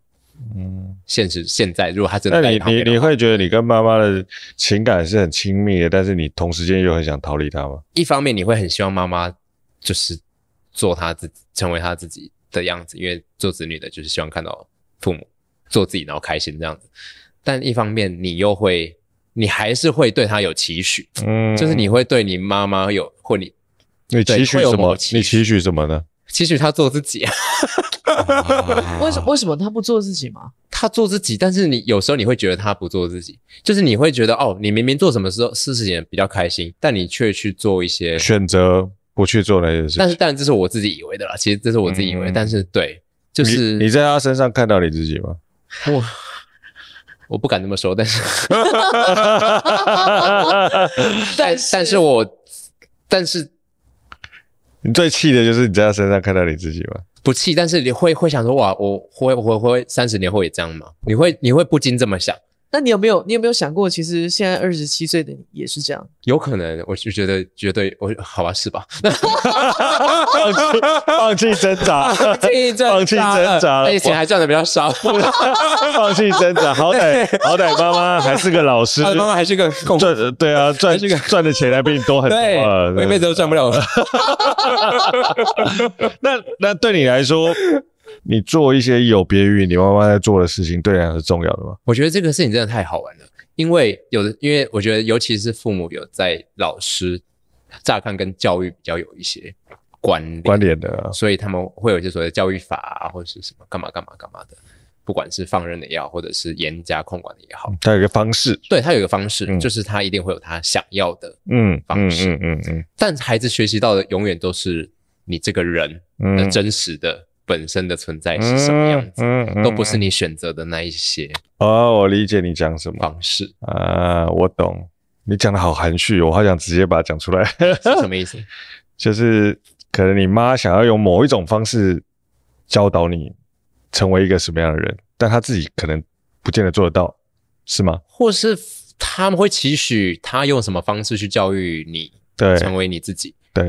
嗯。
现实现在，如果他真
那
的在
你
旁
你
边的
你
话
会觉得你跟妈妈的情感是很亲密的，但是你同时间又很想逃离她吗？
一方面你会很希望妈妈就是做她自己，成为她自己的样子，因为做子女的就是希望看到父母做自己，然后开心这样子。但一方面你又会，你还是会对她有期许，
嗯，
就是你会对你妈妈有或你
你期许
对会有
什么
某？期
你期许什 么呢？
期许她做自己啊，嗯
为什为什么他不做自己吗？
她做自己，但是你有时候你会觉得她不做自己，就是你会觉得哦，你明明做什么时候事情比较开心，但你却去做一些
选择不去做那些事情。
但是，但这是我自己以为的啦。其实这是我自己以为，
嗯
但是对，就是
你你在他身上看到你自己 吗？
我我不敢这么说，但 是但但是我但是
你最气的就是你在他身上看到你自己吗？
不气，但是你会会想说哇，我会我会三十年后也这样吗？你会你会不禁这么想，
那你有没有你有没有想过，其实现在二十七岁的你也是这样？
有可能，我就觉得绝对我好吧， 是吧？
放弃放弃挣扎，
这一阵
放弃挣扎了
而且哎钱还赚的比较少，
放弃挣扎，好歹好歹妈妈还是个老师
他，的啊妈妈还是个共
赚对啊赚
还是个
赚的钱还比你多很多
对，
啊。
我一辈子都赚不了。
那那对你来说，你做一些有别于你妈妈在做的事情，对你来说是重要的吗？
我觉得这个事情真的太好玩了，因为有的，因为我觉得尤其是父母有在老师，乍看跟教育比较有一些关联，
关联的啊，
所以他们会有一些所谓的教育法啊，或者是什么干嘛干嘛干嘛的，不管是放任的也好，或者是严加控管的也好，
它有一个方式，
对他有一个方式，
嗯
就是他一定会有他想要的，
嗯
方式
嗯嗯嗯
但孩子学习到的永远都是你这个人
嗯
的真实的本身的存在是什么样子，
嗯嗯
都不是
嗯
你选择的那一些
哦，我理解你讲什么。
方式，
啊，我懂。你讲的好含蓄，我好想直接把它讲出来。
是什么意思？
就是可能你妈想要用某一种方式教导你成为一个什么样的人，但她自己可能不见得做得到，是吗？
或是他们会期许他用什么方式去教育你，
对
成为你自己，
对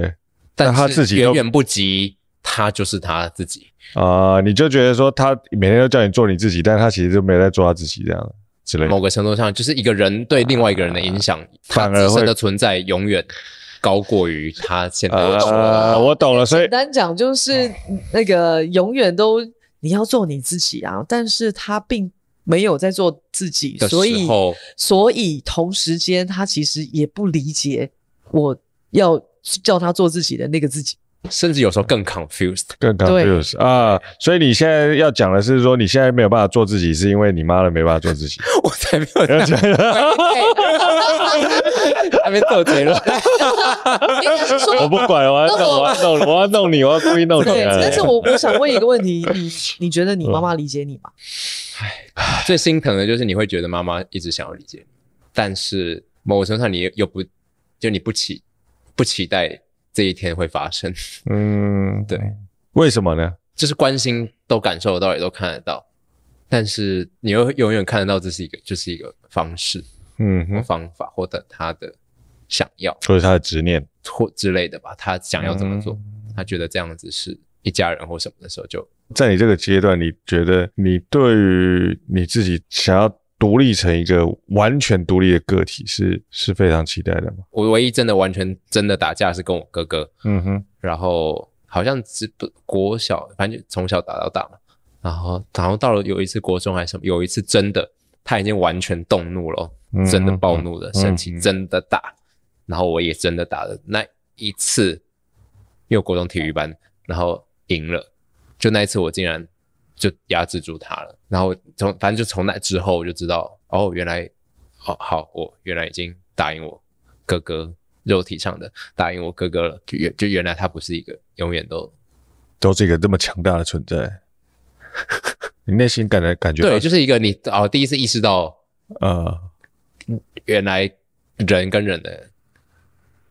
但
但他
是
自己
远
都
远不及他就是他自己，
啊、你就觉得说她每天都叫你做你自己，但她其实就没有在做她自己这样之类的
某。个程度上就是一个人对另外一个人的影响，他
反而
自
会
身的存在永远高过于他现在的生活。
呃，我懂了，所以
简单讲就是
哎
那个永远都你要做你自己啊，但是他并没有在做自己，
的
所以
时候
所以同时间他其实也不理解我要叫他做自己的那个自己。
甚至有时候更 confused。
更 confused 啊。所以你现在要讲的是说，你现在没有办法做自己，是因为你妈的没办法做自己。
我才没有这样，还没做结论。
我
说
不管， 我要弄，我要弄，我要 弄你，我要故意弄你。啊
对，
哎
但是我我想问一个问题，你你觉得你妈妈
嗯
理解你吗？
最心疼的就是你会觉得妈妈一直想要理解你，但是某种程度上你又不就你不期不期待这一天会发生，
嗯，
对，
为什么呢？
就是关心都感受得到，也都看得到，但是你又永远看得到这是一个就是一个方式、
嗯
或
哼，
方法或者他的想要
或者他的执念
或之类的吧，他想要怎么做，
嗯
他觉得这样子是一家人或什么的时候就
在你这个阶段，你觉得你对于你自己想要独立成一个完全独立的个体是是非常期待的吗？
我唯一真的完全真的打架是跟我哥哥，
嗯哼，
然后好像只不国小，反正就从小打到大嘛。然后，然后到了有一次国中还是什么，有一次真的他已经完全动怒了哦，
嗯
真的暴怒了，
嗯
生气，
嗯
真的打。然后我也真的打了那一次，因为我国中体育班，然后赢了。就那一次，我竟然就压制住他了。然后从反正就从那之后，我就知道哦，原来哦好，我原来已经答应我哥哥肉体上的答应我哥哥了。就原就原来他不是一个永远都
都是一个这么强大的存在， 你内心感觉感觉到
对，就是一个你哦第一次意识到
呃，
原来人跟人的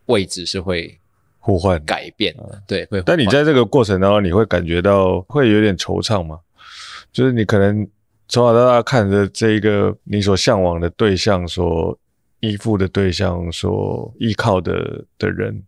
位置是会
互换。
改变的，对，会。
嗯但你在这个过程当中，你会感觉到会有点惆怅吗？就是你可能从小到大看着这一个你所向往的对象、所依附的对象、所依靠的的人，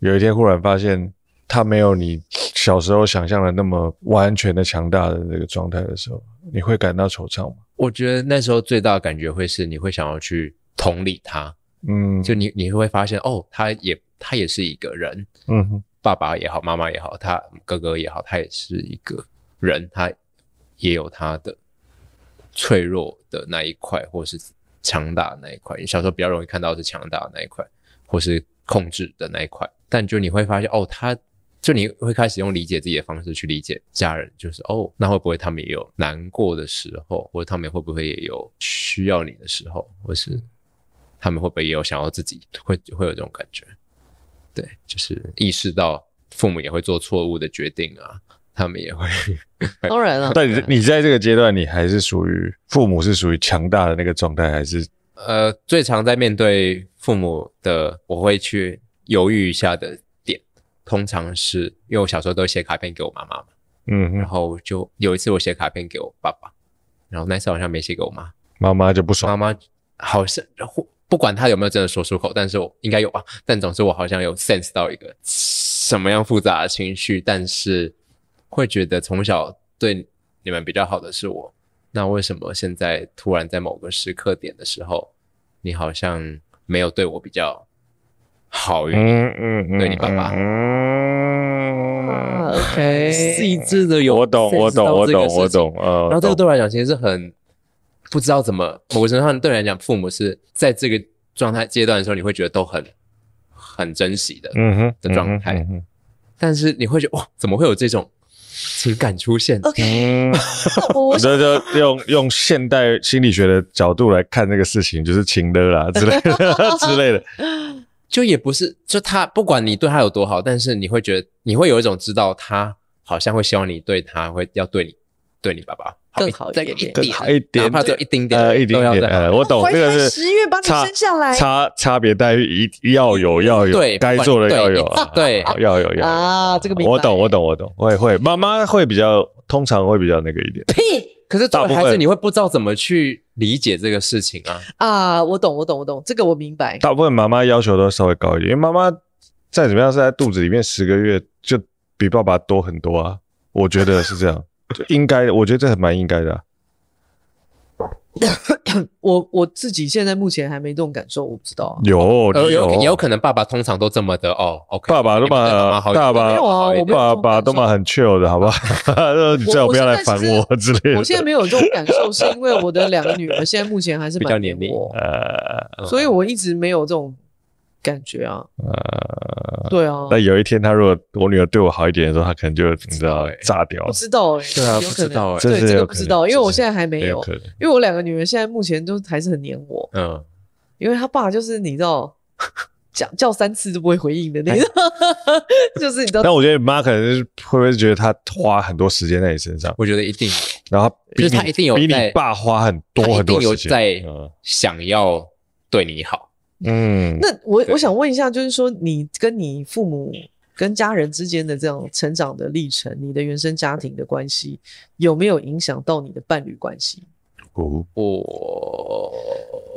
有一天忽然发现他没有你小时候想象的那么完全的强大的这个状态的时候，你会感到惆怅吗？
我觉得那时候最大的感觉会是你会想要去同理他，
嗯，
就你你会发现哦，他也他也是一个人，
嗯哼
爸爸也好，妈妈也好，他哥哥也好，他也是一个人，他也有他的脆弱的那一块，或是强大的那一块。你小时候比较容易看到是强大的那一块，或是控制的那一块，但就你会发现，哦，他就你会开始用理解自己的方式去理解家人，就是哦，那会不会他们也有难过的时候，或者他们会不会也有需要你的时候，或是他们会不会也有想要自己会会有这种感觉？对，就是意识到父母也会做错误的决定啊，他们也会
当然了，
但你你在这个阶段，你还是属于父母是属于强大的那个状态，还是
呃，最常在面对父母的，我会去犹豫一下的点，通常是因为我小时候都会写卡片给我妈妈嘛，
嗯
然
哼，
后就有一次我写卡片给我爸爸，然后那次好像没写给我妈，
妈妈就不爽
妈妈好像或不管她有没有真的说出口，但是我应该有吧，但总之我好像有 sense 到一个什么样复杂的情绪，但是会觉得从小对你们比较好的是我，那为什么现在突然在某个时刻点的时候，你好像没有对我比较好一点？
嗯嗯嗯，
对你爸爸
嗯，
OK，
细致的有
我懂，我
sense 到
懂，我
这个
懂，
事
我
情
懂。呃，
然后这个
懂
对我来讲其实是很不知道怎么，某个程度上对我来讲，父母是在这个状态阶段的时候，你会觉得都很很珍惜的，
嗯哼
的状态
嗯哼
但是你会觉得哇，怎么会有这种情感出现？
OK，
嗯哼，
那我
我
我想
这就用用现代心理学的角度来看这个事情，就是情的啦之类 的之类的。
就也不是，就他不管你对他有多好，但是你会觉得你会有一种知道他好像会希望你对他会要对你对你爸爸
更好一
再
点点
更好一点
哪怕只有一丁点，啊
呃，一
都
点
要
点，
再好
呃，我懂，
怀
这个
胎
是
十月把你
差
生下来
差差别待遇一要有要有，
对
该
不管
做的
对
要
一
有，
对
好要有要有。
啊，这个明白
我懂，我懂，我懂，会会，妈妈会比较，通常会比较那个一点。
屁
可是
大
作
部
为
分
孩子，你会不知道怎么去理解这个事情啊。
啊，我懂我懂我懂，这个我明白。
大部分妈妈要求都稍微高一点，因为妈妈再怎么样是在肚子里面十个月，就比爸爸多很多啊。 我觉得是这样，就应该的，我觉得这很蛮应该的啊、
我我自己现在目前还没这种感受，我不知道、啊。
有
呃，有也有可能爸爸通常都这么的哦。
哦
OK，
爸爸都
你们
嘛
好，
爸
没
爸
有啊
好一
我没有这种
爸爸
感受
都嘛很 chill 的，好 不好？你最好不要来烦我之类的。
我现在没有这种感受，是因为我的两个女儿现在目前还是
比较
蛮
年
黏
龄
我，
呃
嗯
所以我一直没有这种感觉啊。
呃，
对啊，
那有一天他如果我女儿对我好一点的时候，他可能就你知 道
欸
炸掉
不，知道哎、
对啊，
有
不
可
知
能。
道哎，
这
对，
是
这
有
个
可
不知
能
道，因为
这
我
是
现在还没
也
有，
可能。
因为我两个女儿现在目前都还是很黏我，
嗯，
因为他爸就是你知道， 讲叫三次都不会回应的那种，就是你知道，
但我觉得你妈可能是会不会觉得她花很多时间在你身上，
我觉得一定
然后比你
就是她一定有
比你
在
爸花很
她
多
一
很
定
多
有
时间。
在
嗯
想要对你好，
嗯，
那我
对
我想问一下，就是说你跟你父母跟家人之间的这样成长的历程，你的原生家庭的关系有没有影响到你的伴侣关系？
哦
我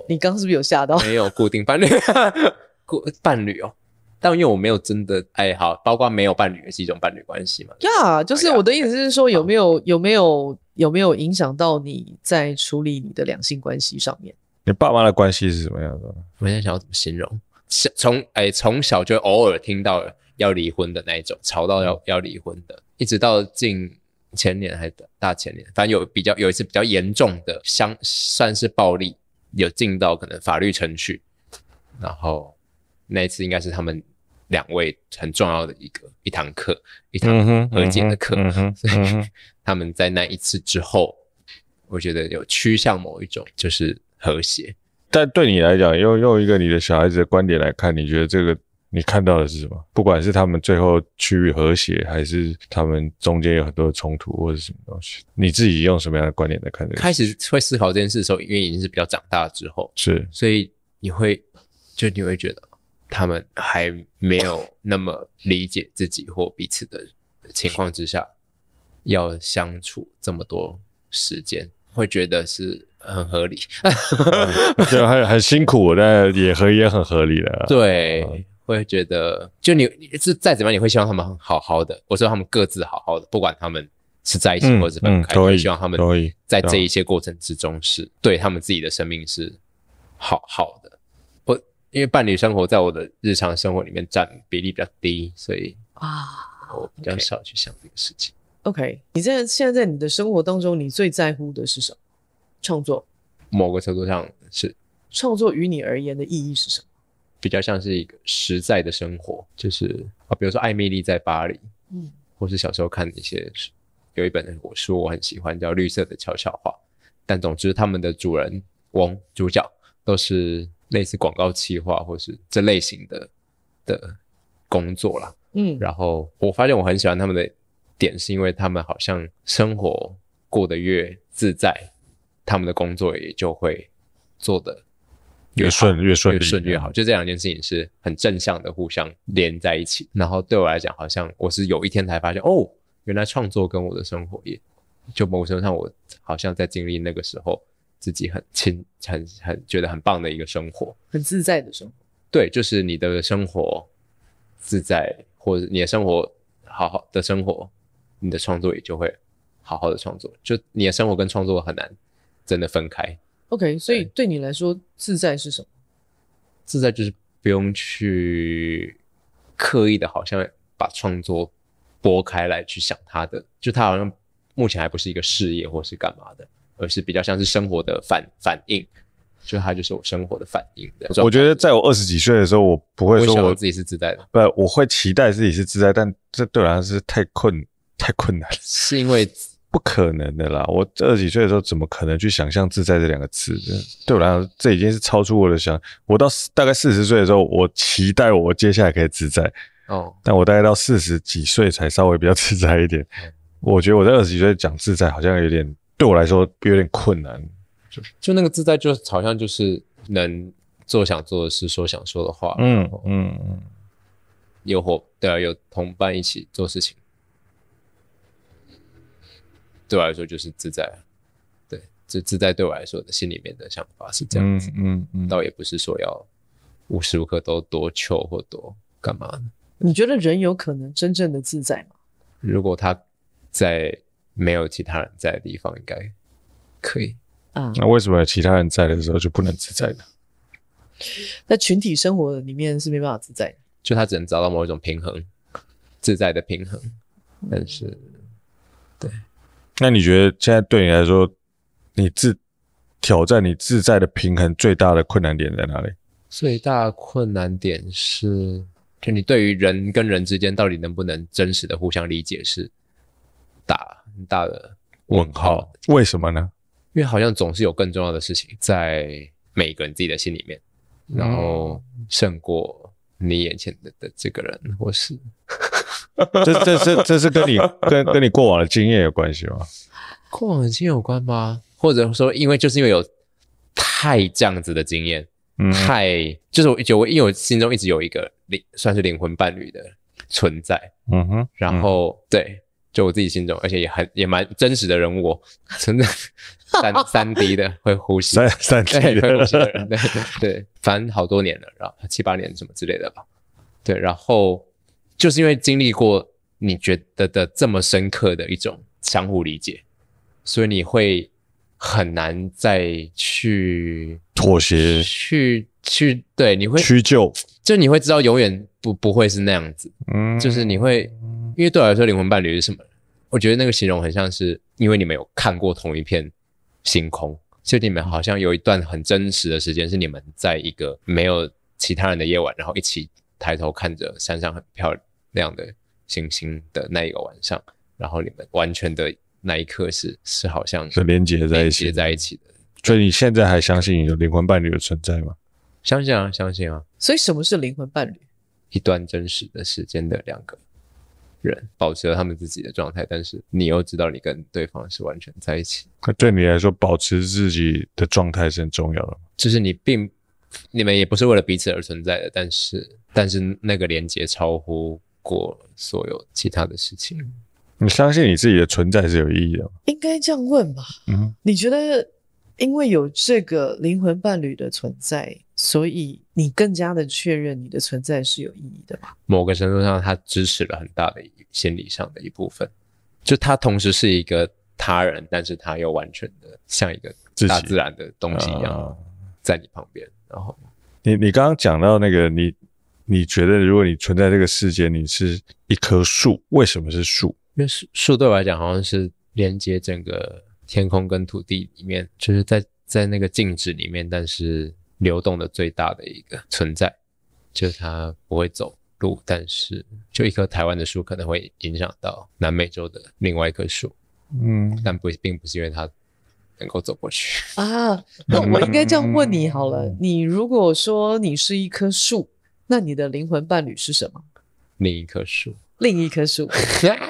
你刚刚是不是有吓 到？
没有固定伴侣，啊 固伴侣哦。但因为我没有真的爱好，包括没有伴侣也是一种伴侣关系嘛。
呀就是我
啊
的意思是说，
嗯
有没有有没有有没有影响到你在处理你的两性关系上面？
你爸妈的关系是什么样的？
我现在想要怎么形容？小从哎从小就偶尔听到要离婚的那一种，吵到要要离婚的，一直到近前年还大前年，反正有比较有一次比较严重的相算是暴力，有进到可能法律程序，然后那一次应该是他们两位很重要的一个一堂课，一堂
哼
和解的课，
嗯哼，
所以
嗯哼
他们在那一次之后，我觉得有趋向某一种就是和谐。
但对你来讲，用用一个你的小孩子的观点来看，你觉得这个你看到的是什么？不管是他们最后趋于和谐，还是他们中间有很多的冲突或者什么东西，你自己用什么样的观点来看这个？
开始会思考这件事的时候，因为已经是比较长大之后，
是
所以你会就你会觉得他们还没有那么理解自己或彼此的情况之下，要相处这么多时间，会觉得是很合 理。
啊就很很辛苦，但也合也很合理的啊。
对，会觉得就你你是再怎么样，你会希望他们好好的。我说他们各自好好的，不管他们是在一起
嗯
或者是分开，
嗯同
我
意
也希望他们
同意
在这一些过程之中是对他们自己的生命是好好的。我因为伴侣生活在我的日常生活里面占比例比较低，所以
啊
我比较少去想这个事情。
，OK，你在现在在你的生活当中，你最在乎的是什么？创作，
某个程度上是
创作于你而言的意义是什么？
比较像是一个实在的生活，就是啊，比如说艾米丽在巴黎，
嗯，
或是小时候看一些书有一本我书我很喜欢，叫《绿色的悄悄话》。但总之，他们的主人翁主角都是类似广告企划或是这类型的的工作啦。
嗯，
然后我发现我很喜欢他们的点，是因为他们好像生活过得越自在，他们的工作也就会做得
越
好
顺越顺
越
利
顺越好。就这两件事情是很正向的，互相连在一起。然后对我来讲，好像我是有一天才发现，哦，原来创作跟我的生活也，就某种程度上，我好像在经历那个时候自己很亲、很很觉得很棒的一个生活。
很自在的生活。
对，就是你的生活自在，或者你的生活好好的生活，你的创作也就会好好的创作。就你的生活跟创作很难真的分开，
OK，所以
对
对你来说，自在是什么？
自在就是不用去刻意的，好像把创作拨开来去想它的，就它好像目前还不是一个事业或是干嘛的，而是比较像是生活的反反应，就它就是我生活的反应的状态。
我觉得在我二十几岁的时候，我不
我
会
会
说
想
我
我自己是自在的，
不，我会期待自己是自在，但这对我来说是太困太困难了，
是因为
不可能的啦！我二十几岁的时候，怎么可能去想象“自在”这两个字？这对我来说，这已经是超出我的想。我到四大概四十岁的时候，我期待我接下来可以自在，
哦，
但我大概到四十几岁才稍微比较自在一点。我觉得我在二十几岁讲自在，好像有点对我来说有点困难。
就那个自在，就好像就是能做想做的事，说想说的话，
嗯嗯嗯，
有伙对啊，有同伴一起做事情，对我来说就是自在啊。对，这自在对我来说的心里面的想法是这样子，
嗯嗯嗯，
倒也不是说要无时无刻都多求或多干嘛的。
你觉得人有可能真正的自在吗？
如果他在没有其他人在的地方，应该可以。
啊。
那为什么其他人在的时候就不能自在呢？
在群体生活里面是没办法自在的。
就他只能找到某一种平衡，自在的平衡。但是
那你觉得现在对你来说，你自挑战你自在的平衡最大的困难点在哪里？
最大困难点是，就你对于人跟人之间到底能不能真实的互相理解是大很大的，
问号？为什么呢？
因为好像总是有更重要的事情在每个人自己的心里面，
嗯
然后胜过你眼前的的这个人或是
这这这这是跟 你跟跟你过往的经验有关系吗？
过往的经验有关吗？或者说，因为就是因为有太这样子的经验，
嗯，
太就是我就我因为我心中一直有一个灵算是灵魂伴侣的存在，
嗯哼，
然后、对，就我自己心中，而且也很也蛮真实的人 物、哦，真的三三 D 的会呼吸，
三三体
哎对会呼吸的
的，
人，对对对，反正好多年了，然后七八年什么之类的吧，对，然后就是因为经历过你觉得的这么深刻的一种相互理解，所以你会很难再去
妥协、
去去对，你会
屈就，
就你会知道永远不不会是那样子，
嗯，
就是你会，因为对我来说，灵魂伴侣是什么？我觉得那个形容很像是，因为你们有看过同一片星空，所以你们好像有一段很真实的时间是你们在一个没有其他人的夜晚，然后一起抬头看着山上很漂亮的星星的那一个晚上，然后你们完全的那一刻是是好像
是连接在一起
连接在一起的。
所以你现在还相信有灵魂伴侣的存在吗？
相信啊，相信啊，
所以什么是灵魂伴侣？
一段真实的时间的两个人，保持了他们自己的状态，但是你又知道你跟对方是完全在一起，
那对你来说，保持自己的状态是很重要的吗。
就是你并你们也不是为了彼此而存在的，但是但是那个连接超乎过所有其他的事情。
你相信你自己的存在是有意义的吗？
应该这样问吧？
嗯，
你觉得，因为有这个灵魂伴侣的存在，所以你更加的确认你的存在是有意义的吧？
某个程度上，它支持了很大的一心理上的一部分，就它同时是一个他人，但是它又完全的像一个
自己
大自然的东西一样
啊
在你旁边，然后
你你刚刚讲到那个，你你觉得如果你存在这个世界，你是一棵树，为什么是树？
因为树树对我来讲好像是连接整个天空跟土地里面，就是在在那个静止里面，但是流动的最大的一个存在，就是它不会走路，但是就一棵台湾的树可能会影响到南美洲的另外一棵树，
嗯，
但不并不是因为它能够走过去。
啊，那我应该这样问你好了：你如果说你是一棵树，那你的灵魂伴侣是什么？
另一棵树，
另一棵树，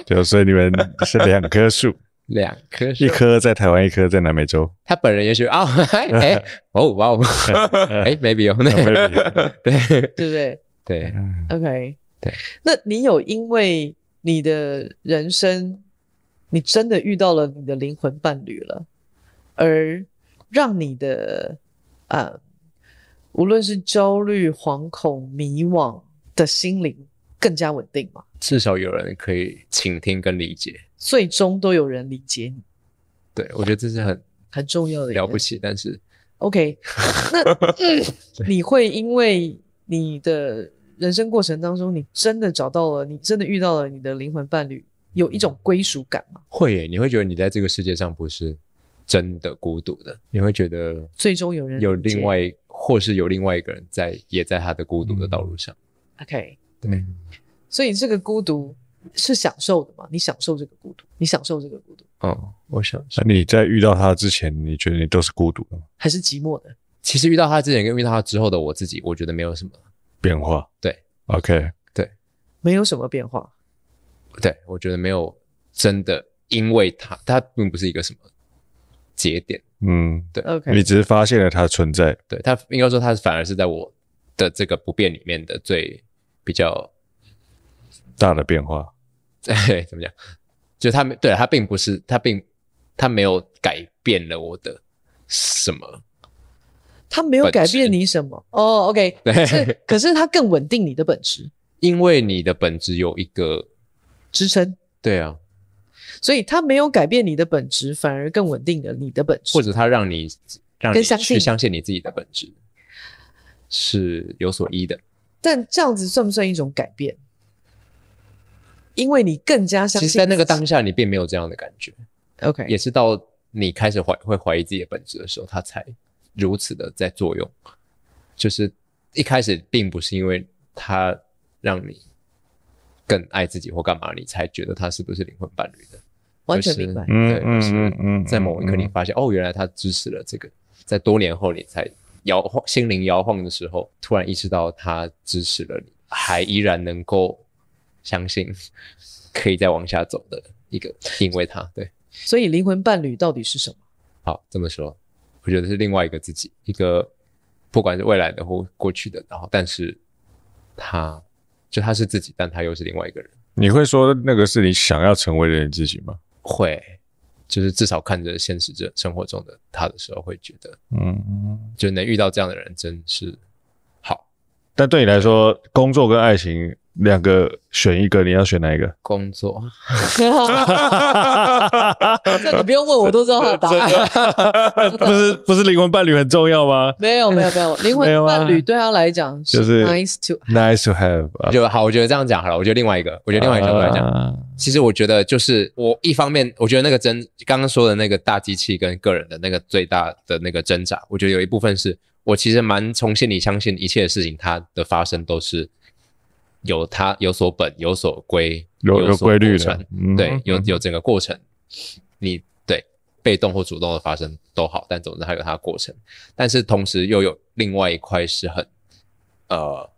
就所以你们是两棵树，
两棵树
一，棵在台湾，一棵在南美 洲。
他本人也许啊，哎、哎哦哇哦， 哎、maybe 哦， 那
Maybe
对
对不对
对，
？OK，
对。
那你有因为你的人生，你真的遇到了你的灵魂伴侣了，而让你的呃，无论是焦虑、惶恐、迷惘的心灵更加稳定吗？
至少有人可以倾听跟理解。
最终都有人理解你，
对，我觉得这是很
很重要的一
了
件
不起，但是
OK，那、嗯你会因为你的人生过程当中，你真的找到了，你真的遇到了你的灵魂伴侣，有一种归属感吗？
会耶，你会觉得你在这个世界上不是真的孤独的，你会觉得
最终有人
有
理解
另外，或嗯是有另外一个人在，也在他的孤独的道路上。
OK，
对，
所以这个孤独是享受的嘛？你享受这个孤独，你享受这个孤独，
嗯，我想是
那。你在遇到他之前，你觉得你都是孤独的吗？
还是寂寞的？
其实遇到他之前跟遇到他之后的我自己，我觉得没有什么。
变化？
对
，OK，
没有什么变化。
对，我觉得没有真的，因为他他并不是一个什么节点。
嗯，
OK，
你只是发现了它的存在，
对他应该说他反而是在我的这个不变里面的最比较
大的变化。
对，怎么讲？就他没对他并不是他并他没有改变了我的什么，
他没有
本质
改变你什么哦。OK，
对
可是可是他更稳定你的本质
因为你的本质有一个
支撑，
对啊，
所以它没有改变你的本质，反而更稳定了你的本质。
或者它让你让你
更相信
去相信你自己的本质是有所依的。
但这样子算不算一种改变？因为你更加相
其
信，
实，在那个当下，你并没有这样的感觉，
OK，
也是到你开始怀会怀疑自己的本质的时候，它才如此的在作用。就是一开始并不是因为它让你更爱自己或干嘛，你才觉得他是不是灵魂伴侣的。
完全
就是
明白。
嗯
对，
嗯
就是
嗯嗯
在某一刻你发现，哦，原来他支持了这个，在多年后你才摇晃心灵摇晃的时候，突然意识到他支持了你，还依然能够相信 可以再往下走的一个，因为他对，
所以灵魂伴侣到底是 什么？
好这么说，我觉得是另外一个自己，一个不管是未来的或过去的，然后但是他就他是自己，但他又是另外一个人，
你会说那个是你想要成为的你自己吗？
会就是至少看着现实这生活中的他的时候，会觉得
嗯，
就能遇到这样的人真是好。
但对你来说，工作跟爱情两个选一个，你要选哪一个？
工作，
这个不用问，我都知道他的答案。
不是不是灵魂伴侣很重要吗
没有没有没有，灵
没有
魂
啊
伴侣对他来讲
就是
nice to
？Nice to have，啊
就好。我觉得这样讲好了。我觉得另外一个，我觉得另外一个角度来讲，
啊
其实我觉得就是我一方面，我觉得那个争刚刚说的那个大机器跟个人的那个最大的那个挣扎，我觉得有一部分是我其实蛮从心里相信一切的事情它的发生都是有它有所本有所归
有有
所
规律的
过程，
嗯
对，有有整个过程，你对被动或主动的发生都好，但总之它有它的过程。但是同时又有另外一块是很呃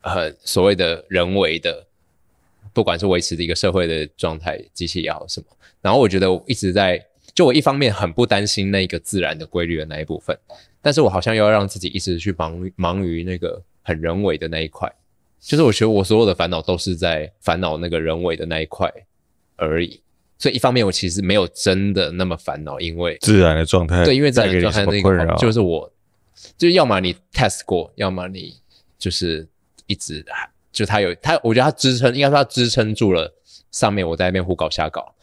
很所谓的人为的，不管是维持的一个社会的状态，机器也好什么。然后我觉得我一直在，就我一方面很不担心那个自然的规律的那一部分，但是我好像又要让自己一直去忙于忙于那个很人为的那一块。就是我觉得我所有的烦恼都是在烦恼那个人为的那一块而已，所以一方面我其实没有真的那么烦恼，因为
自然的状态，
对，因为这
带给
个
你
状
什
态那
么
个
困
好
扰？
就是我，就是要么你 test 过，要么你就是一直就他有他，我觉得他支撑，应该说他支撑住了上面我在那边胡搞瞎搞，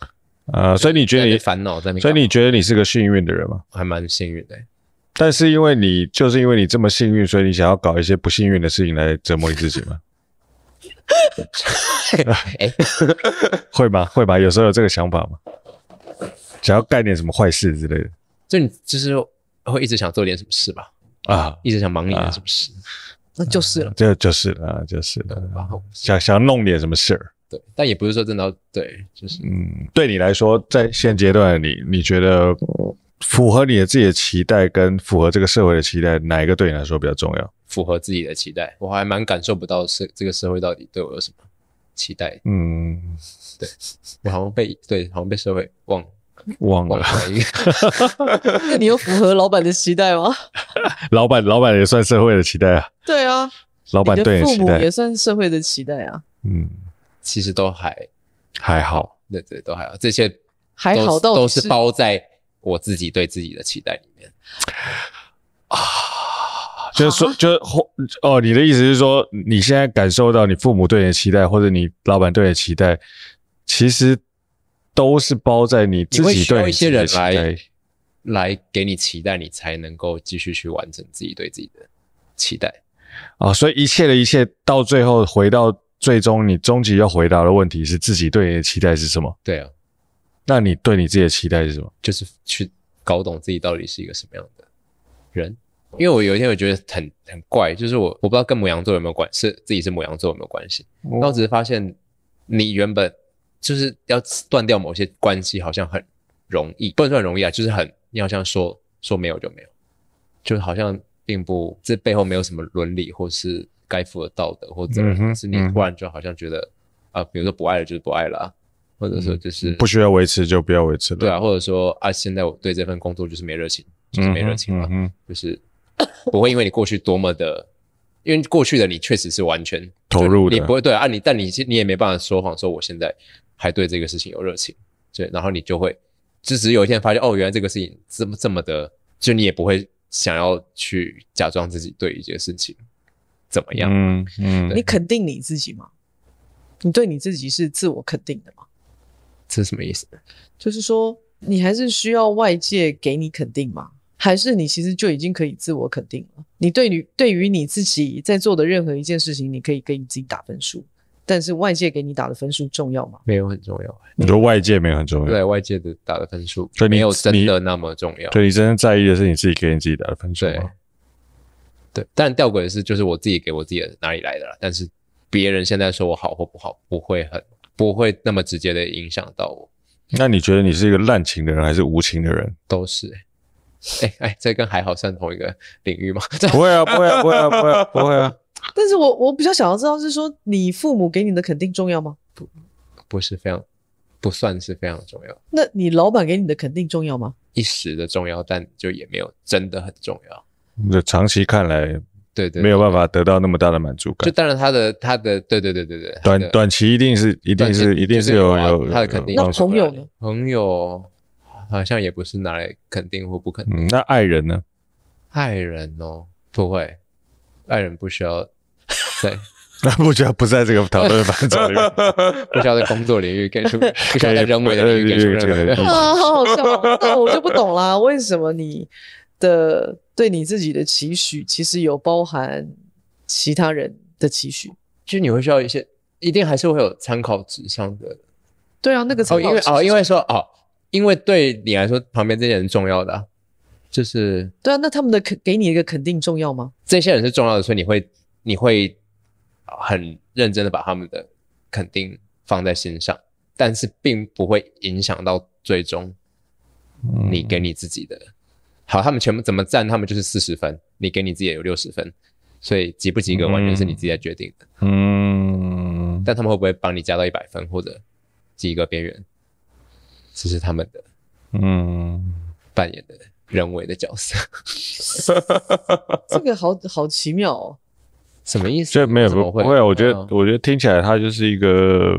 啊，所以你觉
在
得
那
你
边，烦恼在那边搞，
所以你觉得你是个幸运的人吗？
还蛮幸运 的欸、
但是因为你就是因为你这么幸运，所以你想要搞一些不幸运的事情来折磨你自己吗？
哎
会吗？会吧？有时候有这个想法吗？想要干点什么坏事之类的
就你就是会一直想做点什么事吧，
啊？
一直想忙一点什么事，
那就是了。
这就是啊，就是了
然后
想想要弄点什么事儿。
对，但也不是说真的要对，就是
嗯，对你来说，在现阶段的你，你觉得符合你的自己的期待跟符合这个社会的期待，哪一个对你来说比较重要？
符合自己的期待，我还蛮感受不到是这个社会到底对我有什么期待，
嗯，
我好像被对，好像被社会忘
忘
忘
了
了。一个。
那你有符合老板的期待吗？
老板，老板也算社会的期待啊。
对啊，
老板
你
对
的
你的
父
期
母
待
也，算社会的期待啊，
嗯，
其实都还
还好。
对对都还好，这些
还好到
都
底
都是包在我自己对自己的期待里面。
就是
啊
说，就是或哦，你的意思是说，你现在感受到你父母对你的期待，或者你老板对你的期待，其实都是包在你
你
自
会
己
需
对
要
你
一
自己
些
的
人
期
来
待。
来给你期待，你才能够继续去完成自己对自己的期待。
啊、所以一切的一切，到最后回到最终，你终极要回答的问题是自己对你的期待是什么？
对啊，
那你对你自己的期待是什么？
就是去搞懂自己到底是一个什么样的人。因为我有一天我觉得很很怪，就是我我不知道跟母羊座有没有关，是自己是母羊座有没有关系？
哦
然后只是发现你原本就是要断掉某些关系，好像很容易，不能说很容易啊，就是很你好像说说没有就没有，就好像并不这背后没有什么伦理或是该负的道德或责任，
嗯哼
是你
嗯哼
突然就好像觉得啊、比如说不爱了就是不爱了、啊，或者说就是、
不需要维持就不要维持了。
对啊，或者说啊，现在我对这份工作就是没热情，就是
嗯哼，
没热情了，
嗯哼，
就是不会因为你过去多么的，因为过去的你确实是完全
投入的
你不会对啊，你但你你也没办法说谎，说我现在还对这个事情有热情，对，然后你就会，就只是有一天发现哦，原来这个事情这么这么的，就你也不会想要去假装自己对一件事情怎么样，
嗯嗯，
你肯定你自己吗？你对你自己是自我肯定的吗？
这是什么意思？
就是说，你还是需要外界给你肯定吗？还是你其实就已经可以自我肯定了？你对你对于你自己在做的任何一件事情，你可以给你自己打分数，但是外界给你打的分数重要吗？
没有很重要，
你说外界没有很重要，
对啊外界的打的分数
嗯所以你
没有真
你
的那么重要。
对你真正在意的是你自己给你自己打的分数
对
吗？
对，但吊诡的是，就是我自己给我自己的哪里来的啦。但是别人现在说我好或不好，不会很不会那么直接的影响到我，
那你觉得你是一个滥情的人还是无情的人？
都是、欸。哎哎，这跟还好算同一个领域吗？
不会啊，不会啊，不会啊，不会啊，不会啊！
但是我我比较想要知道是说，你父母给你的肯定重要吗？
不是非常，不算是非常重要，
那你老板给你的肯定重要吗？
一时的重要，但就也没有真的很重要。
这长期看来
对对
没有
法。
办法得到那么大的满足
就
感，
当然他的他的对对对对对，他
短
的
短期一定是一定
短
是
期
一定
就是
有
啊
有
他的肯定
有
那朋友呢？
朋友好像也不是拿来肯定或不肯定，
嗯，那爱人呢？
爱人哦不会，爱人不需要在
那不觉得不在这个讨论范畴里面？
不需要在工作领域 给出，不需要在人为的 领域给出
这个
任何
嗯
啊，好好笑、 哦！那我就不懂啦， 为什么你的对你自己的期许其实有包含其他人的期许？
就你会需要一些，一定还是会有参考值上的
对啊，那个参
哦，
考
因为
值
哦，
是
因为说哦，因为对你来说旁边这些人重要的啊、就是
对啊，那他们的肯给你一个肯定重要吗？
这些人是重要的，所以你会你会很认真的把他们的肯定放在心上，但是并不会影响到最终
嗯
你给你自己的。好，他们全部怎么站，他们就是四十分，你给你自己也有六十分，所以及不及格完全是你自己在决定的。
嗯，
但他们会不会帮你加到一百分或者及格边缘，这是他们的
嗯，
扮演的人为的角色，
这个好好奇妙哦。
什么意思？
这没有
怎么
不
会
会，啊我觉得
嗯
我觉得听起来他就是一个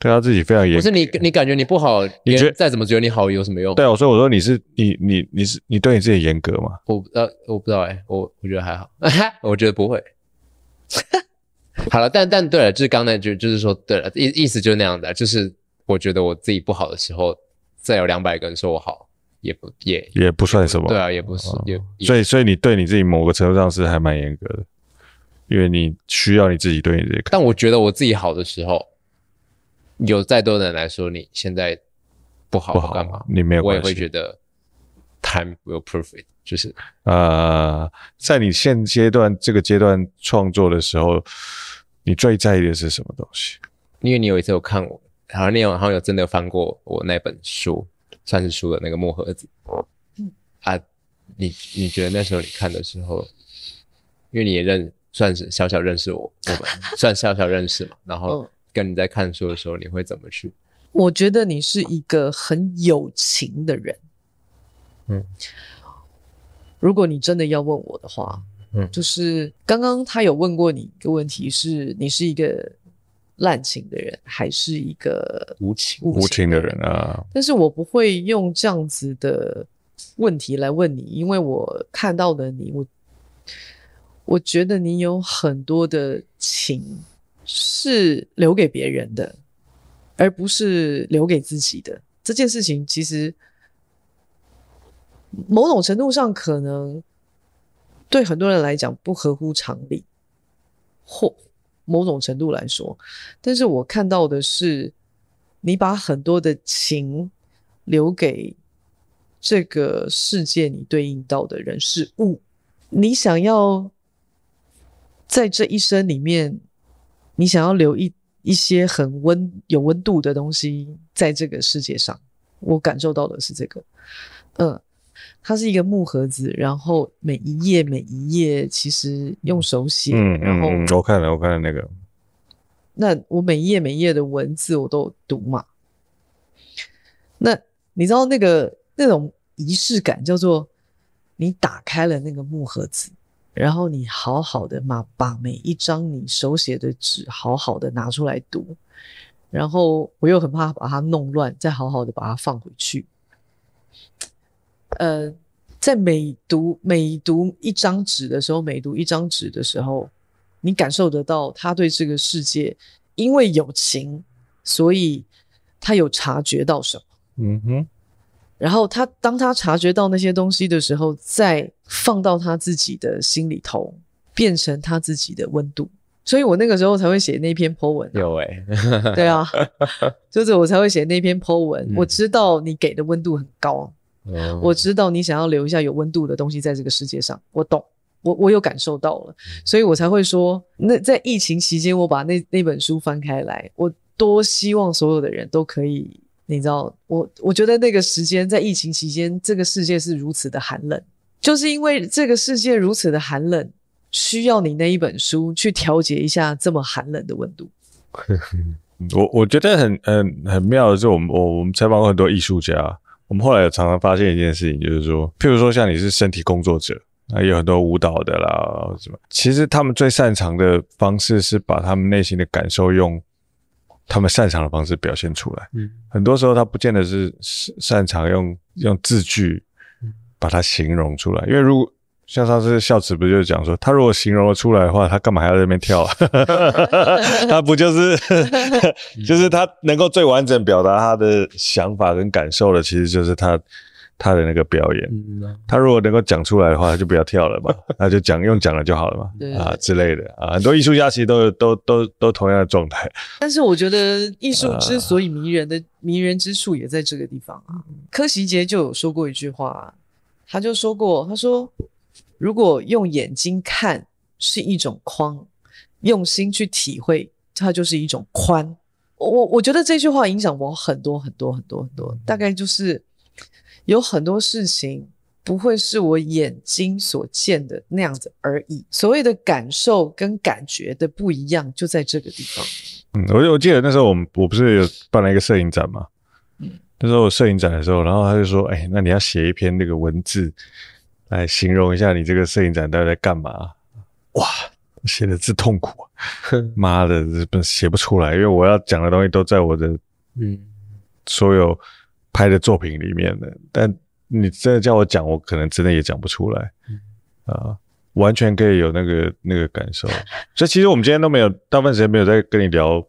对他自己非常严
不是你，你感觉你不好，别
觉
人再怎么觉得你好有什么用？
对啊，我说我说你是你你你是你对你自己严格嘛？
我不呃，我不知道哎、我我觉得还好， 我觉得不会。 好了，但但对了，就是刚才就就是说，对了，意意思就是那样的，啊就是我觉得我自己不好的时候，再有两百个人说我好，也不也
也不算什么。
对啊，也不是
哦
也也
所以所以你对你自己某个程度上是还蛮严格的，因为你需要你自己对你自己看。
但我觉得我自己好的时候，有再多的人来说你现在不好
不好
干嘛，
你没有
我也
关
会
系
觉得 time will prove it，就是
呃，在你现阶段这个阶段创作的时候，你最在意的是什么东西？
因为你有一次有看我，好像你有好像有真的有翻过我那本书，算是书的那个墨盒子。啊，你你觉得那时候你看的时候，因为你也认算是小小认识我，我们算小小认识嘛，然后
嗯
跟你在看书的时候，你会怎么去？
我觉得你是一个很有情的人。
嗯，
如果你真的要问我的话，
嗯
就是刚刚他有问过你一个问题是你是一个滥情的人，还是一个
无情
无情的
人
人啊，
但是我不会用这样子的问题来问你，因为我看到的你，我我觉得你有很多的情是留给别人的，而不是留给自己的。这件事情其实某种程度上可能对很多人来讲不合乎常理，或某种程度来说，但是我看到的是，你把很多的情留给这个世界你对应到的人事物，你想要在这一生里面，你想要留一一些很温有温度的东西在这个世界上，我感受到的是这个，嗯。它是一个木盒子，然后每一页每一页其实用手写，
嗯
然后
嗯嗯，我看了我看了那个，
那我每一页每一页的文字我都有读嘛。那你知道那个那种仪式感叫做你打开了那个木盒子，然后你好好的嘛把每一张你手写的纸好好的拿出来读，然后我又很怕把它弄乱，再好好的把它放回去。呃，在每读每读一张纸的时候，每读一张纸的时候，你感受得到他对这个世界，因为有情，所以他有察觉到什么。
嗯哼，
然后他当他察觉到那些东西的时候，再放到他自己的心里头，变成他自己的温度。所以我那个时候才会写那篇 po 文、啊，
有哎、
对 啊，就是我才会写那篇 po 文。
嗯
我知道你给的温度很高，
哦
我知道你想要留下有温度的东西在这个世界上，我懂，我我有感受到了，所以我才会说，那在疫情期间，我把那那本书翻开来，我多希望所有的人都可以，你知道，我我觉得那个时间在疫情期间，这个世界是如此的寒冷，就是因为这个世界如此的寒冷，需要你那一本书去调节一下这么寒冷的温度。
我我觉得很很很妙的是，我们我我们采访过很多艺术家，我们后来有常常发现一件事情，就是说，譬如说像你是身体工作者，那啊也有很多舞蹈的啦，什么，其实他们最擅长的方式是把他们内心的感受用他们擅长的方式表现出来。
嗯
很多时候他不见得是是擅长用用字句把它形容出来，因为如果像上次孝慈不就讲说，他如果形容得出来的话，他干嘛还要在那边跳、啊？ 他不就是 就是他能够最完整表达他的想法跟感受的，其实就是他他的那个表演。
嗯啊
他如果能够讲出来的话，他就不要跳了嘛， 他就讲用讲了就好了嘛，
对
啊之类的啊，很多艺术家其实都有都都都同样的状态。
但是我觉得艺术之所以迷人的、迷人之处也在这个地方啊。柯西杰就有说过一句话、啊他就说过，他说如果用眼睛看是一种框，用心去体会它就是一种宽。我我我觉得这句话影响我很多很多很多很多，大概就是有很多事情不会是我眼睛所见的那样子而已。所谓的感受跟感觉的不一样，就在这个地方。
嗯，我我记得那时候我们我不是有办了一个摄影展嘛，
嗯
那时候我摄影展的时候，然后他就说，哎、那你要写一篇那个文字来形容一下你这个摄影展到底在干嘛？哇，写的字痛苦 啊、妈的，这不写不出来，因为我要讲的东西都在我的
嗯，
所有拍的作品里面的，但你真的叫我讲，我可能真的也讲不出来
嗯
啊，完全可以有那个那个感受。 所以其实我们今天都没有大部分时间没有在跟你聊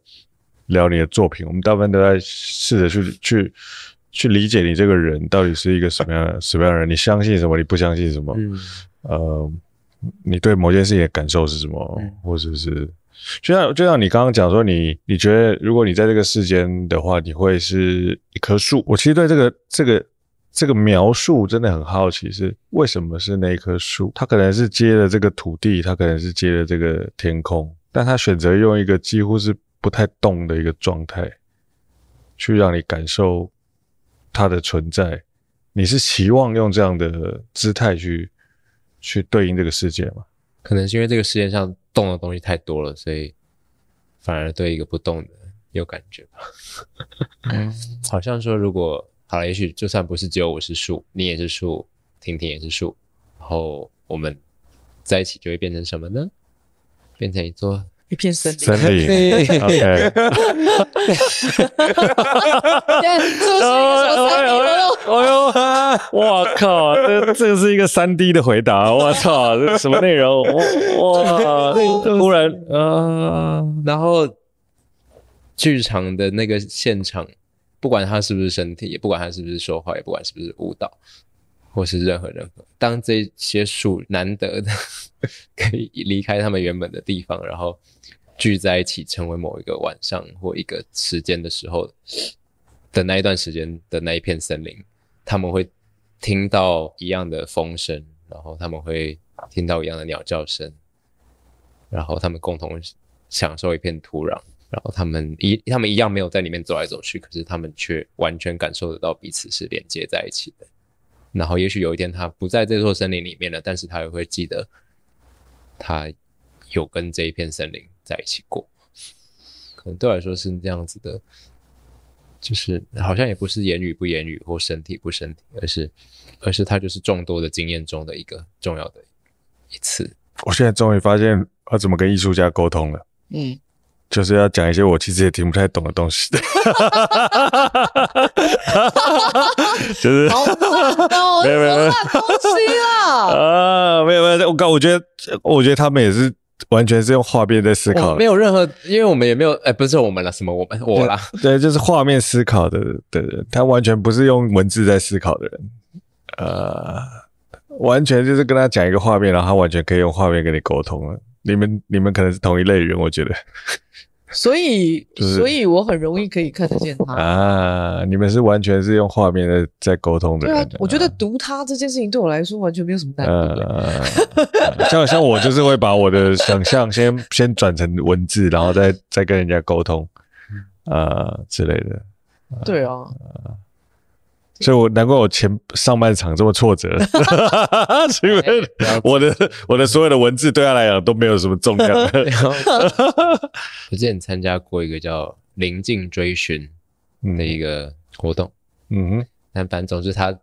聊你的作品，我们大部分都在试着去去去理解你这个人到底是一个什么样的什么样的人，你相信什么，你不相信什么，
嗯
呃，你对某件事情的感受是什么，
嗯
或者是就像就像你刚刚讲说你，你觉得如果你在这个世间的话，你会是一棵树。我其实对这个这个这个描述真的很好奇，是为什么是那一棵树？它可能是接了这个土地，它可能是接了这个天空，但它选择用一个几乎是不太动的一个状态，去让你感受它的存在。你是期望用这样的姿态去去对应这个世界吗？
可能是因为这个世界上动的东西太多了，所以反而对一个不动的有感觉吧。 好像说，如果好了，也许就算不是只有我是树，你也是树，婷婷也是树，然后我们在一起就会变成什么呢？变成一座
一片森林。
森 林。OK，
现在是不是一个什么森林了？
哎呦，我靠，这这是一个三 D 的回答，我操，这什么内容？ 我哇，突然啊，
然后剧场的那个现场，不管他是不是身体，也不管他是不是说话，也不管是不是舞蹈，或是任何任何，当这些树难得的可以离开他们原本的地方，然后聚在一起，成为某一个晚上或一个时间的时候的那一段时间的那一片森林，他们会听到一样的风声，然后他们会听到一样的鸟叫声，然后他们共同享受一片土壤，然后他们一他们一样没有在里面走来走去，可是他们却完全感受得到彼此是连接在一起的。然后也许有一天他不在这座森林里面了，但是他也会记得他有跟这一片森林在一起过。可能对我来说是这样子的，就是好像也不是言语不言语或身体不身体，而是而是它就是众多的经验中的一个重要的一次。
我现在终于发现要怎么跟艺术家沟通了，
嗯，
就是要讲一些我其实也听不太懂的东西， 就是
好烂哦，
没有没有没有
这什么烂东西啦！
啊，没有没有，我刚我觉得，我觉得他们也是完全是用画面在思考
我
的，
没有任何，因为我们也没有，哎，不是我们了，什么我们我啦，
对，就是画面思考的的人，他完全不是用文字在思考的人，呃，完全就是跟他讲一个画面，然后他完全可以用画面跟你沟通了。你们你们可能是同一类人，我觉得
所以，
就是
所以我很容易可以看得见他。
啊，你们是完全是用画面在在沟通的
对
人。
啊，我觉得读他这件事情对我来说完全没有什么难度、欸。
呃，像像我就是会把我的想象先先转成文字，然后再再跟人家沟通，
嗯
呃之类的。嗯
对啊，
所以我难怪我前上半场这么挫 折，是因为我的我的所有的文字对他来讲都没有什么重量。
然后我之前参加过一个叫“临近追寻”
嗯
的一个活动，
嗯哼，
但反正总之它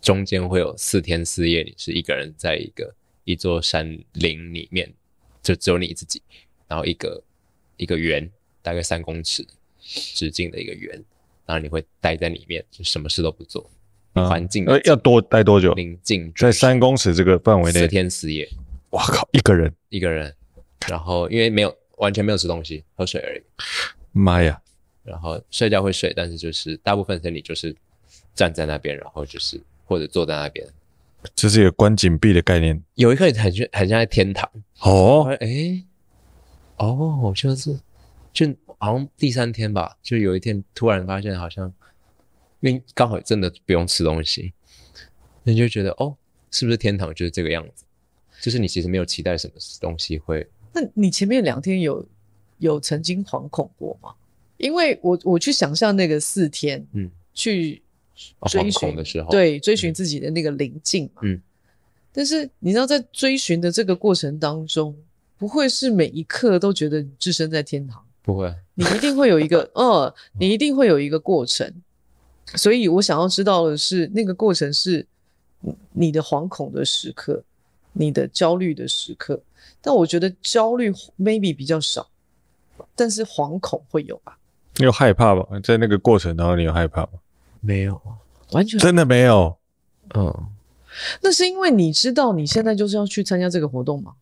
中间会有四天四夜，你是一个人在一个一座山林里面，就只有你自己，然后一个一个圆，大概三公尺直径的一个圆，然后你会待在里面，就什么事都不做，
啊
环境
呃要多待多久？
临近追
在
寻
三公尺这个范围
四
内，
天四夜
哇靠，一个人，
一个人，然后因为没有完全没有吃东西，喝水而已。
妈呀！
然后睡觉会睡，但是就是大部分时间你就是站在那边，然后就是或者坐在那边，
这是一个关紧闭的概念
有一刻很像很像在天堂。
哦。
哎，哦，就是就好像第三天吧，就有一天突然发现好像，因为刚好真的不用吃东西，你就觉得哦，是不是天堂就是这个样子？就是你其实没有期待什么东西会
那你前面两天有有曾经惶恐过吗？因为我我去想象那个四天，
嗯
去
哦
追
惶
寻
恐的时候
对，追寻自己的那个灵境嘛。
嗯。
但是你知道，在追寻的这个过程当中，不会是每一刻都觉得你置身在天堂，
不会啊，
你一定会有一 个，呃，你一定会有一个过程。所以我想要知道的是，那个过程是你你的惶恐的时刻，你的焦虑的时刻。但我觉得焦虑 maybe 比较少，但是惶恐会有吧？
你有害怕吧？在那个过程，然后你有害怕吗？
没有，
完全
真的没有，
嗯，
那是因为你知道你现在就是要去参加这个活动嘛？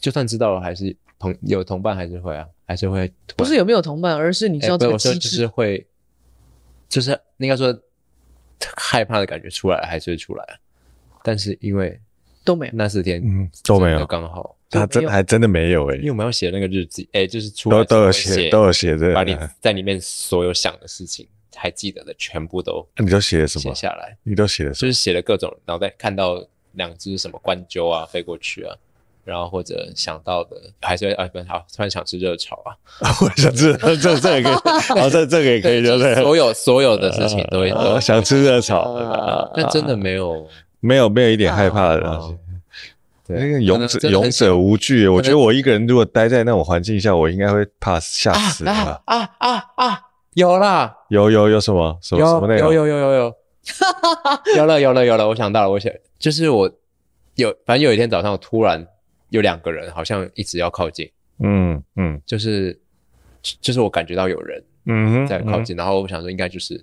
就算知道了，还是同有同伴还是会啊，还是会突
不
然
是有没有同伴，而是你知
哎
道
不
这
是
个
我说
机
就
制
是会，就是应该说害怕的感觉出来还是会出来，啊但是因为
都 没有。
那四天
嗯，都没
真的
有，
刚好，
都没
他真
有
还真的没有诶、欸
因为我们要写那个日记，哎，就是出来
都都有
时候会
写，都有写这
把你
个，啊
在里面所有想的事情还记得的全部都
你都写了什
写
么？
下来，
你都写了什
就
么？
是写了各种脑袋看到两只什么冠鸠啊飞过去啊。然后或者想到的还是会啊，不好，突然想吃热炒啊，
我想知道这这个也可以， 好，这这个也可以，对不
就是
对？
所 有所有的事情都会，
呃想吃热炒，
啊
但真的没有
没有没有一点害怕的东西
哦。对
那个勇
可
者
能真的
勇
很啊想
者无惧，我觉得我一个人如果待在那种环境下，我应该会怕吓死吧
啊。啊啊啊！有啦，
有有有什么什
有
么什么内
有
容？
有有有 有，有了有了有了，我想到了，我想就是我有，反正有一天早上我突然有两个人好像一直要靠近，
嗯嗯
就是就是我感觉到有人
嗯哼，
在靠近，然后我想说应该就是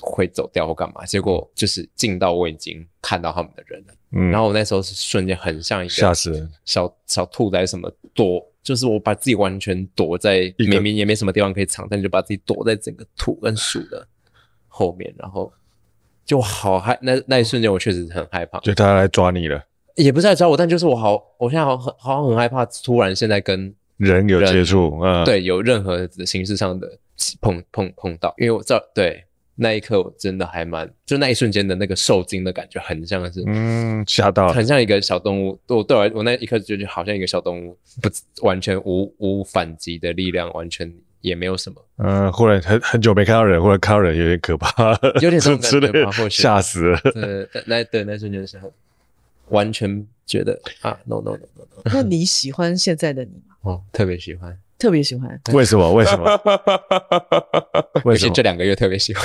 会走掉或干嘛，结果就是近到我已经看到他们的人了，
嗯，嗯
然后我那时候是瞬间很像一个
吓死人。
小小兔仔什么躲，就是我把自己完全躲在
一个
明明也没什么地方可以藏，但就把自己躲在整个土跟树的后面，然后就好害那那一瞬间我确实很害怕，
就他来抓你了，
也不是在找我，但就是我好，我现在好像很好像很害怕，突然现在跟
人有接触，嗯，，
对有任何的形式上的碰碰碰到，因为我知道对那一刻我真的还蛮，就那一瞬间的那个受惊的感觉，很像是
嗯，吓到了
很，像一个小动物。对我对我来我那一刻就觉得好像一个小动物，不完全无无反击的力量，完全也没有什么，
嗯，忽然很很久没看到人，或者看到人有点可怕，
有点这种
之类
感觉 吧
的
或，许
吓死 了。
呃，那对那瞬间是很完全觉得啊，no no no no no，
那你喜欢现在的你吗？
哦，特别喜欢，
特别喜欢。
为什么？为什 么？为
而
什
且
么
这？两个月特别喜欢，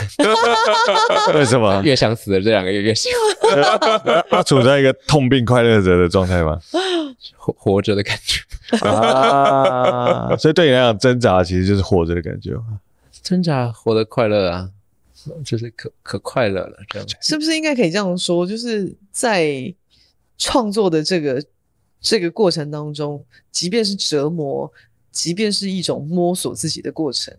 为什么？
越想死的这两个月越喜欢
他处在一个痛并快乐着的状态吗？
活活着的感觉，
啊，所以对你来讲，挣扎其实就是活着的感觉嘛。
挣扎活得快乐啊，就是可可快乐了这样。
是不是应该可以这样说？就是在创作的这个这个过程当中，即便是折磨，即便是一种摸索自己的过程，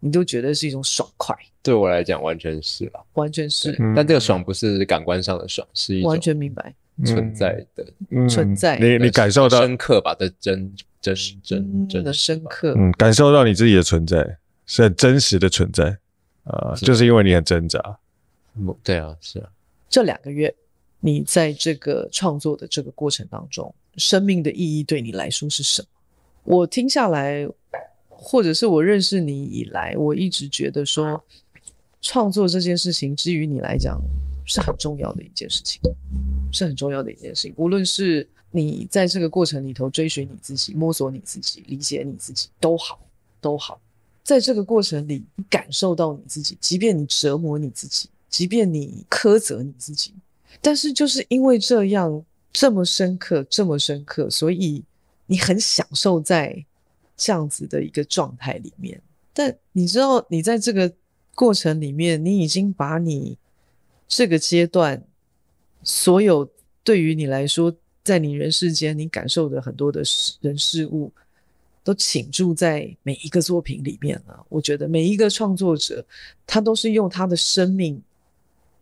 你都觉得是一种爽快，
对我来讲完全是了。
完全是，
嗯
但这个爽不是感官上的爽，是一种
完全明白。
存在的
嗯
存在
你你感受到，
深刻吧的真真真
真
真
的深刻，
嗯，感受到你自己的存在是很真实的存在啊、
是
就是因为你很挣扎，
嗯对啊，是啊，
这两个月，你在这个创作的这个过程当中，生命的意义对你来说是什么？我听下来，或者是我认识你以来，我一直觉得说，创作这件事情，至于你来讲是很重要的一件事情，是很重要的一件事情。无论是你在这个过程里头追寻你自己、摸索你自己、理解你自己都好，都好。在这个过程里，你感受到你自己，即便你折磨你自己，即便你苛责你自己，但是就是因为这样这么深刻，这么深刻，所以你很享受在这样子的一个状态里面。但你知道，你在这个过程里面，你已经把你这个阶段所有对于你来说，在你人世间你感受的很多的事人事物，都倾注在每一个作品里面了、我觉得每一个创作者，他都是用他的生命，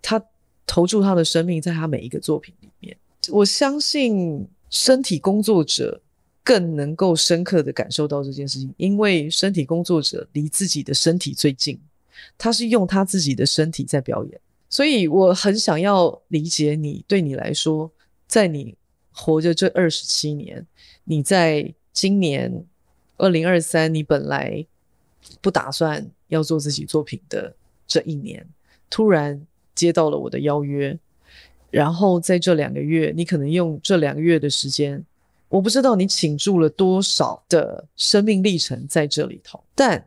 他投注他的生命在他每一个作品里面。我相信身体工作者更能够深刻的感受到这件事情，因为身体工作者离自己的身体最近，他是用他自己的身体在表演。所以我很想要理解你，对你来说，在你活着这二十七年，你在今年二零二三，你本来不打算要做自己作品的这一年，突然接到了我的邀约，然后在这两个月，你可能用这两个月的时间，我不知道你倾注了多少的生命历程在这里头，但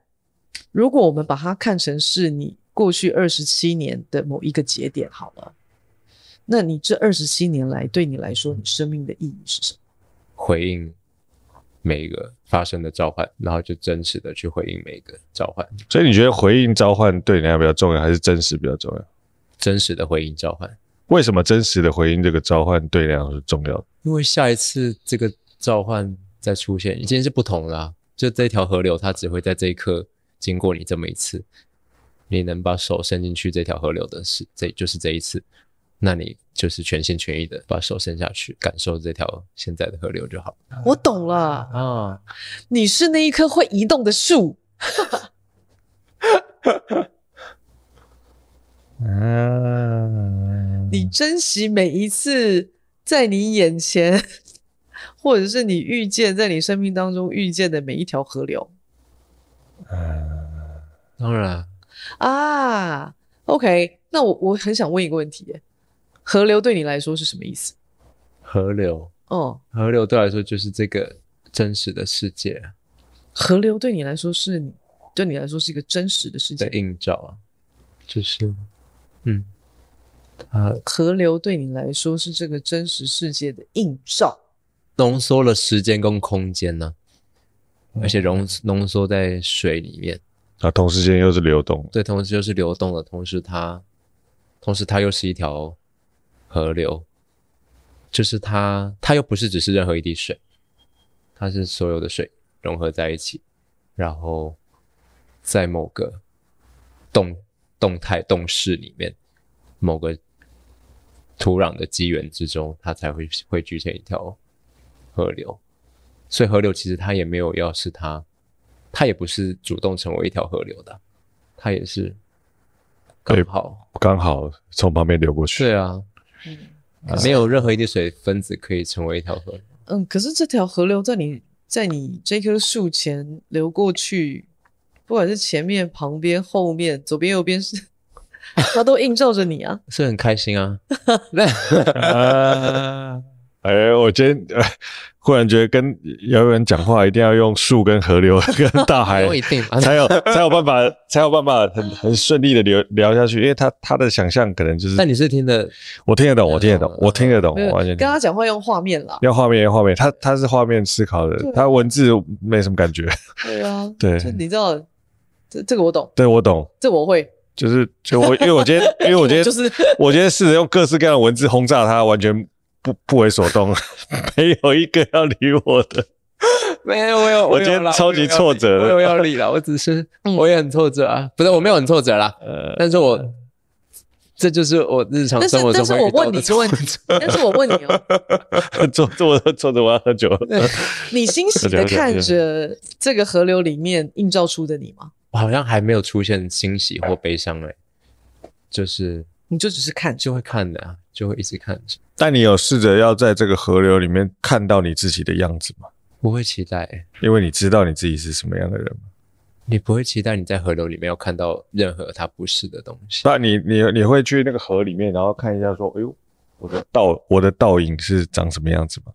如果我们把它看成是你过去二十七年的某一个节点好了，那你这二十七年来对你来说，你生命的意义是什么？
回应每一个发生的召唤，然后就真实的去回应每一个召唤，
所以你觉得回应召唤对你来讲比较重要，还是真实比较重要？
真实的回应召唤。
为什么真实的回应这个召唤对你来讲是重要的？
因为下一次这个召唤再出现，已经是不同啦、就这条河流，它只会在这一刻经过你这么一次。你能把手伸进去这条河流的是，这就是这一次。那你就是全心全意的把手伸下去，感受这条现在的河流就好
我懂了，
啊。
你是那一棵会移动的树。
啊
嗯，
你珍惜每一次在你眼前，或者是你遇见在你生命当中遇见的每一条河流
当然，
啊。OK，那我我很想问一个问题耶，河流对你来说是什么意思？
河流，
哦，
河流对我来说就是这个真实的世界
河流对你来说是你对你来说是一个真实的世
的
界。
映照啊，就是，嗯，它
河流对你来说是这个真实世界的映照。
浓缩了时间跟空间呢、
嗯
而且浓浓缩在水里面。
啊，同时间又是流动，
对，同时又是流动的，同时它，同时它又是一条河流，就是它，它又不是只是任何一滴水，它是所有的水融合在一起，然后在某个动动态动势里面，某个土壤的机缘之中，它才会汇聚成一条河流。所以河流其实它也没有要是它，它也不是主动成为一条河流的啊，它也是刚
对
好。
刚好从旁边流过去。
对啊，
嗯
没有任何一滴水分子可以成为一条河流。
嗯，可是这条河流在你在你这棵树前流过去，不管是前面、旁边、后面、左边、右边，是 它都映照着你啊。
是很开心 啊，
啊，哎，我今天、呃、忽然觉得跟有人讲话一定要用树、跟河流、跟大海
不一定啊，
才有才有办法， 才有办法很很顺利的聊聊下去，因为他他的想象可能就是
但你是听的，
我听得懂，我听得懂，我听得懂，
嗯没有
我哦完全
跟
听得
他
懂
讲话用画面啦。
要画面要画面，他他是画面思考
对
的，他文字没什么感觉。
对啊，
对
就你知道，这这个我懂，
对我懂，
这我会，
就是就我因为我今天因为我今天
就是
我今天试着用各式各样的文字轰炸他，完全不 不为所 动，没有一个要理我的。
没有，我有，
我今天
有啦
超级
我有要
挫折
理我有要理了，我只是我也很挫折啊，不是我没有很挫折啦，
呃，
但是我这就是我日常
但是
生活
但
中
是
会
我
遇到
问你
的
一个问题， 但是我问你哦，
坐坐着坐着我要喝酒了。
你欣喜的
了解
看着这个河流里面映照出的你吗？
我好像还没有出现欣喜或悲伤哎、就是
你就只是看着，
就会看的啊，就会一直看着，
但你有试着要在这个河流里面看到你自己的样子吗？
不会期待欸、
因为你知道你自己是什么样的人嘛。
你不会期待你在河流里面有看到任何它不是的东西。
那你你你会去那个河里面，然后看一下说，哎呦，我的倒我的倒影是长什么样子吗？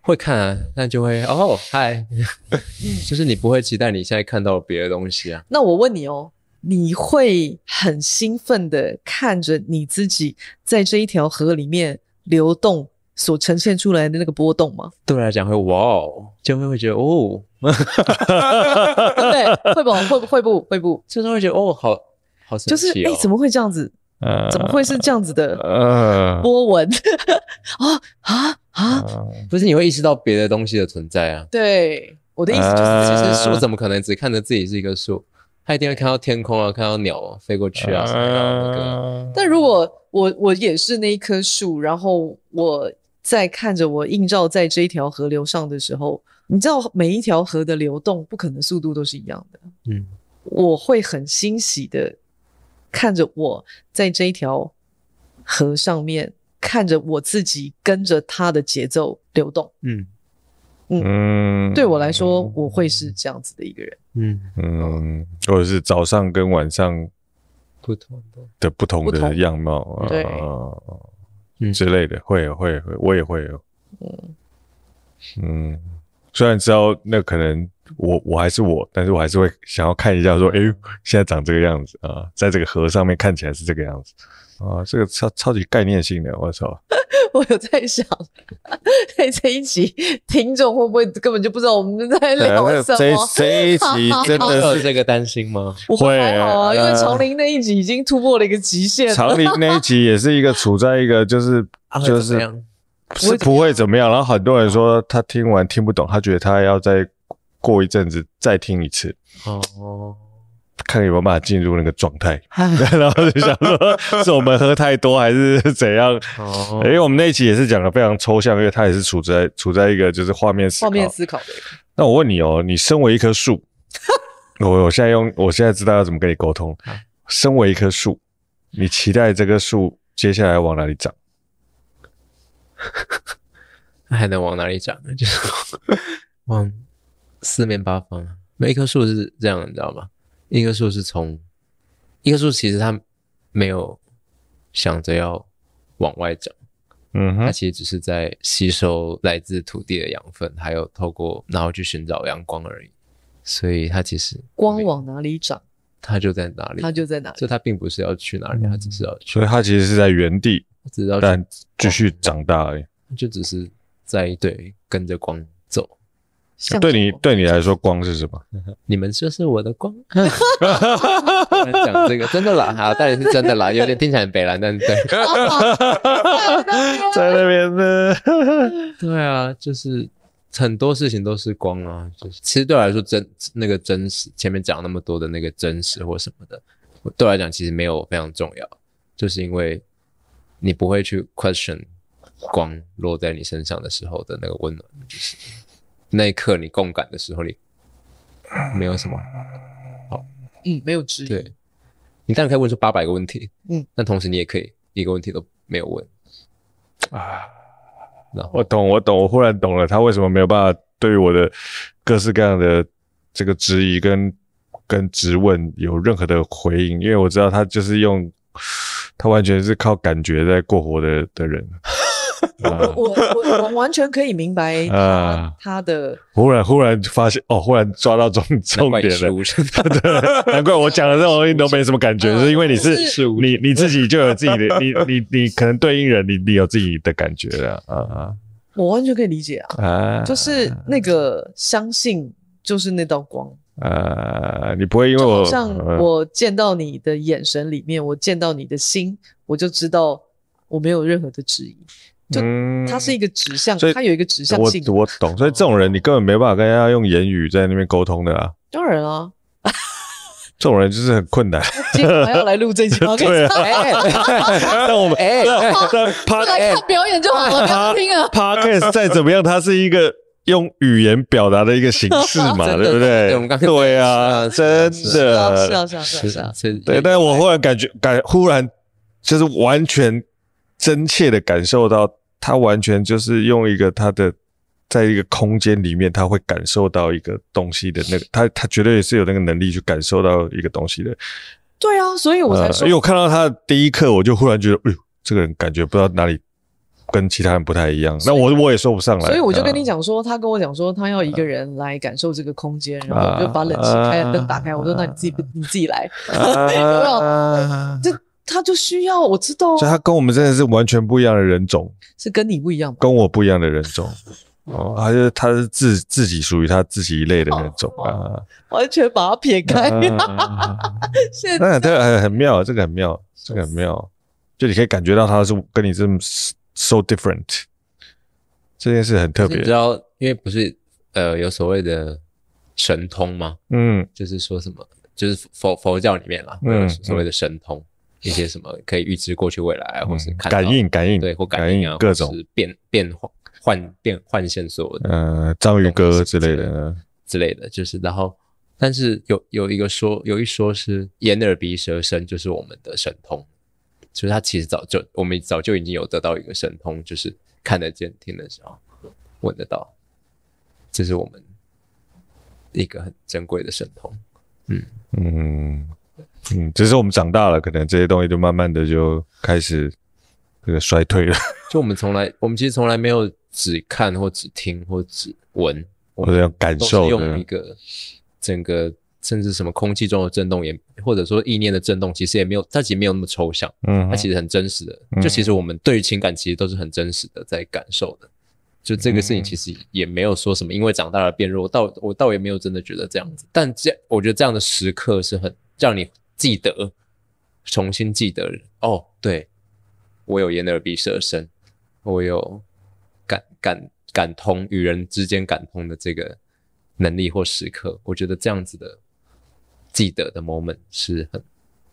会看啊，但就会哦嗨， 就是你不会期待你现在看到别的东西啊。
那我问你哦，你会很兴奋的看着你自己在这一条河里面流动所呈现出来的那个波动 吗？
对我来讲会哇哦，就会会觉得哦，
对不对？会不会不会不会 不，
就是会觉得哦好好神
就是
奇
哎、
哦。
怎么会这样子？
呃，
怎么会是这样子的
呃？
波纹？ 啊啊啊！
呃
不是你会意识到别的东西的存在啊？
对，我的意思就是，
啊
其
其
实
实树怎么可能只看着自己是一个树？它一定会看到天空啊，看到鸟啊飞过去啊，
呃
什么的那个
但如果我我也是那一棵树，然后我在看着我映照在这一条河流上的时候，你知道每一条河的流动不可能速度都是一样的，
嗯，
我会很欣喜的看着我在这一条河上面，看着我自己跟着它的节奏流动。
嗯
嗯，
对我来说，我会是这样子的一个人。
嗯，
嗯，或者是早上跟晚上
不同的，
的不同
不
的
同
样貌
对
啊
嗯
之类的，会有会有会有，我也会有。嗯，虽然知道那可能我我还是我，但是我还是会想要看一下说，诶，现在长这个样子啊，在这个河上面看起来是这个样子啊，这个超超级概念性的，我操！
我有在想， 在这一集听众会不会根本就不知道我们在
对啊
聊
那
什
这一
么？
这一 集真
会
的
有
哦是
这个担心吗？
我们
会
还好啊，因为
呃
丛林那一集已经突破了一个极限了。
长林那一集也是一个处在一个就是
啊
就
会怎
是
么样
是不会怎么样。然后很多人说他听完听不懂，他觉得他要再过一阵子再听一次，
哦，
看有没有办法进入那个状态。 然后就想说，是我们喝太多还是怎样？
哦
因为我们那一期也是讲的非常抽象，因为它也是处在处在一个就是画面思
画
考。
面思考的，
那我问你哦，你身为一棵树，我我现在用我现在知道要怎么跟你沟通
好。
身为一棵树，你期待这棵树接下来往哪里长？
那还能往哪里长呢？ 就是往四面八方啊。每一棵树是这样，你知道吗？一棵树是从一棵树，其实它没有想着要往外长，
嗯
它
哼，
其实只是在吸收来自土地的养分，还有透过然后去寻找阳光而已。所以它其实
光往哪里长，
它就在哪里，
它就在哪里。
就它并不是要去哪里，它只是要去，
所以它其实是在原地，
嗯
它只是要去
但继续长大而已。
就只是在对跟着光走。
像
对
什
你
么
对你来说，光是什么？
你们就是我的光。讲这个真的啦，好，当然是真的啦，有点听起来很北蓝，但对，
在那边呢？
对啊，就是很多事情都是光啊，就是其实对我来说真那个真实，前面讲那么多的那个真实或什么的，我对我来讲其实没有非常重要，就是因为你不会去 question 光落在你身上的时候的那个温暖，就是那一刻你共感的时候，你没有什么
嗯，没有质疑。
对，你当然可以问出八百个问题，
嗯，
但同时你也可以一个问题都没有问啊。然后
我懂，我懂，我忽然懂了，他为什么没有办法对于我的各式各样的这个质疑跟跟质问有任何的回应，因为我知道他就是用，他完全是靠感觉在过活的的人。啊
我我我完全可以明白
啊！
他的
忽然忽然发现，哦，忽然抓到重重
怪
点
你是
了。
无声
对，难怪我讲的这种东西都没什么感觉，
嗯
是因为你是
是
你你自己就有自己的，你你你可能对应人，你你有自己的感觉了啊
我完全可以理解啊，
啊啊！
就是那个相信就是那道光，
呃，你不会因为
就好
我
像
呃
我见到你的眼神里面，我见到你的心，我就知道我没有任何的质疑。就
嗯
它是一个指向
所以，
它有一个指向
我
性。
我懂，所以这种人你根本没办法跟他用言语在那边沟通的啊，
当然啊，
这种人就是很 困难。
今天还要来录这集 podcast，
对啊
哎
但我们
哎
但
哎
但 p
来看表演就好了，不要听 啊。
podcast 再怎么样，它是一个用语言表达的一个形式嘛，
真的
对不
对
对？
我们刚刚
对啊，
是啊
真
是
是啊是啊
的，
是啊是啊
是
是啊，
是，
对。但是我忽然感觉感，忽然就是完全真切的感受到，他完全就是用一个他的。在一个空间里面，他会感受到一个东西的那个，他他绝对也是有那个能力去感受到一个东西的。
对啊，所以我才
呃
说
因为我看到他的第一刻，我就忽然觉得，哎呦，这个人感觉不知道哪里跟其他人不太一样。那我我也说不上来，
所以我就跟你
啊
讲说，他跟我讲说，他要一个人来感受这个空间，然后我就把冷气开了，灯打开，我说那你自己你自己来，
啊，
这他就需要，我知道啊
所以他跟我们真的是完全不一样的人种，
是跟你不一样吧？
跟我不一样的人 种。哦，他是他是自自己属于他自己一类的人
哦
种啊。
完全把它撇开， 现在
那这个很很妙，这个很妙，这个很妙。就你可以感觉到他是跟你这么 so different，这件事很特
特别
别
你知。道，因为不是呃有所谓的神通吗？
嗯
就是说什么，就是佛佛教里面啦，
嗯
嗯，所谓的神通，一些什么可以预知过去未来啊，或是
嗯
看到
感应感应
对，或
感
应啊，
各
或是
种
变变换换变换现所有的
呃章鱼哥之类
东西
的，
之类的，就是然后，但是有有一个说有一说是眼耳鼻舌身就是我们的神通，就是他其实早就我们早就已经有得到一个神通，就是看得见、听得着、闻得到，这是我们一个很珍贵的神通。
嗯嗯，只是我们长大了，可能这些东西就慢慢的就开始这个衰退了，
就我们从来，我们其实从来没有只看或只听或只闻，
或
我
者
们
要感
都是
受
用一
的。
个整个甚至什么空气中的震动也，或者说意念的震动，其实也没有，它其实没有那么抽象，
嗯
它其实很真实的。
嗯
就其实我们对于情感，其实都是很真实的在感受的。就这个事情，
嗯
其实也没有说什么，因为长大了变弱，我倒我倒也没有真的觉得这样子。但这我觉得这样的时刻是很让你记得，重新记得哦，对我有眼耳鼻舌身，我有感感感通与人之间感通的这个能力或时刻，我觉得这样子的记得的 moment 是很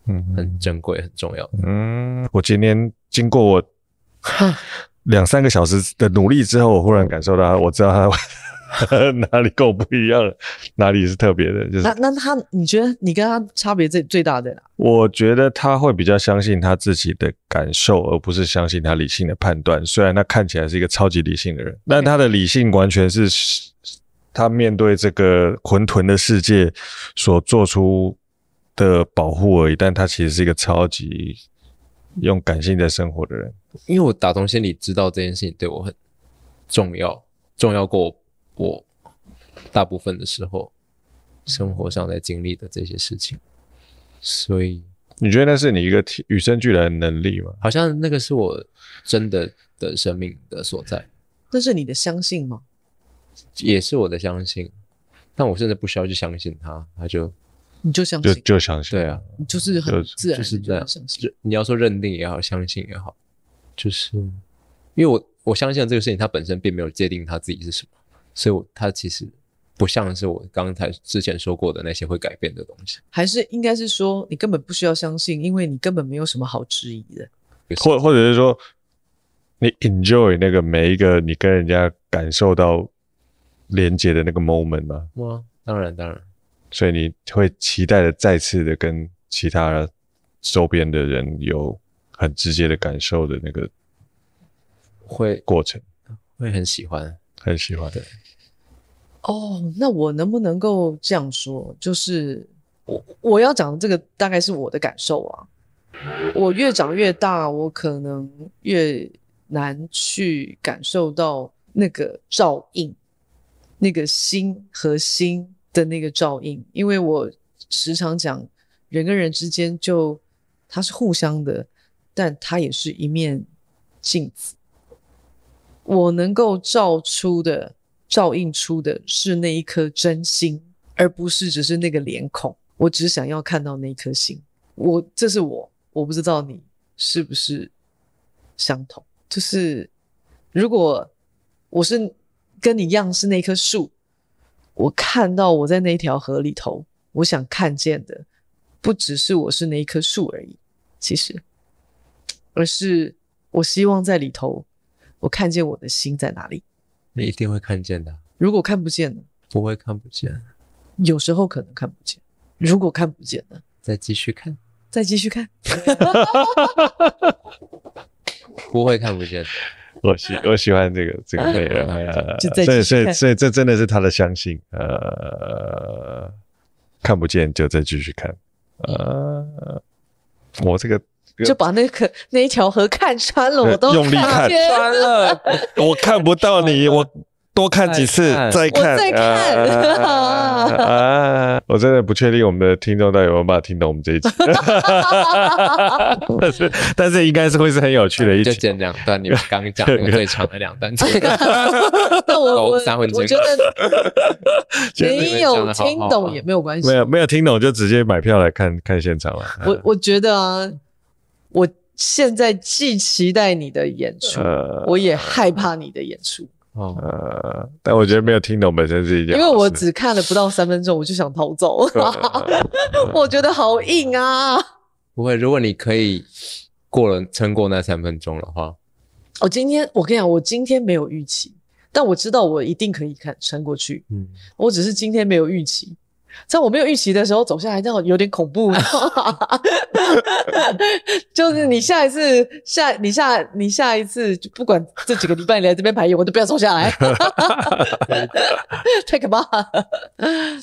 嗯
很珍贵、很重要的。
嗯，我今天经过我
啊
两三个小时的努力之后，我忽然感受到，我知道他 哪里跟我不一样，哪里是特别的，就是
那那他，你觉得你跟他差别最最大的哪？
我觉得他会比较相信他自己的感受，而不是相信他理性的判断。虽然他看起来是一个超级理性的人，但他的理性完全是他面对这个混沌的世界所做出的保护而已。但他其实是一个超级用感性在生活的人。
因为我打从心里知道这件事情对我很重要，重要过我大部分的时候生活上在经历的这些事情，所以
你觉得那是你一个天与生俱来的能力吗？
好像那个是我真的的生命的所在。
那是你的相信吗？
也是我的相信，但我甚至不需要去相信他，他就
你就相
就
信，
就相信
对啊，
你就是很
就
自然
就
地
是这
这
样
样相。信。
就你要说认定也好，相信也好，就是因为我我相信这个事情，它本身并没有界定它自己是什么，所以我它其实不像是我刚才之前说过的那些会改变的东西，
还是应该是说，你根本不需要相信，因为你根本没有什么好质疑的。
或或者是说，你 enjoy 那个每一个你跟人家感受到连接的那个 moment 吗？
哇，当然当然，
所以你会期待的再次的跟其他周边的人有很直接的感受的那个
会
过程，
会很喜欢，
很喜欢的。
哦，那我能不能够这样说？就是我我要讲的这个大概是我的感受啊。我越长越大，我可能越难去感受到那个照应，那个心和心的那个照应，因为我时常讲，人跟人之间就它是互相的，但它也是一面镜子。我能够照出的、照映出的是那一颗真心，而不是只是那个脸孔。我只想要看到那一颗心。我这是我，我不知道你是不是相同。就是如果我是跟你一样是那棵树，我看到我在那条河里头，我想看见的不只是我是那一棵树而已，其实，而是我希望在里头，我看见我的心在哪里。
你一定会看见的，
如果看不见呢？
不会看不见，
有时候可能看不见。如果看不见呢？
再继续看，
再继续看。
不会看不见的。
我喜我喜欢这个这个内容，呃
就再继续
所以所以
看
所以这真的是他的相信，呃，看不见就再继续看，呃，我这个
就把那个那一条河看穿了，
对
哦我都
用力看
见
穿了，
我看不到你，我多看几次再
再
看，
我再看
啊啊啊啊 我真的不确定我们的听众到底有没有办法听懂我们这一集， 但是但是应该是会是很有趣的一
就
集。
剪两段，你们刚刚讲那个最长的两段，
那我我
狗三分钟
我觉 得没有听懂也没有关系
没。有没有听懂就直接买票来看看现场了。
我我觉得啊，我现在既期待你的演出，
呃
我也害怕你的演出，
哦，
呃，但我觉得没有听懂本身是一件
因
好事，
为我只看了不到三分钟，我就想逃 走， 我觉得好硬啊！
不会。如果你可以过了撑过那三分钟的话，
我哦今天我跟你讲，我今天没有预期，但我知道我一定可以看撑过去。
嗯，
我只是今天没有预期，在我没有预期的时候走下来，那有点恐怖。 就是你下一次下你下你下一次，就不管这几个礼拜你来这边排演，我都不要走下 来，太可怕了。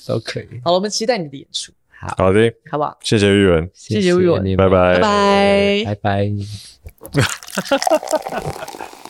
都可以。
好了，我们期待你的演出，
好的，
好不好？
谢谢玉文。
谢谢
你
吴宇文
们
拜拜
拜拜
拜拜。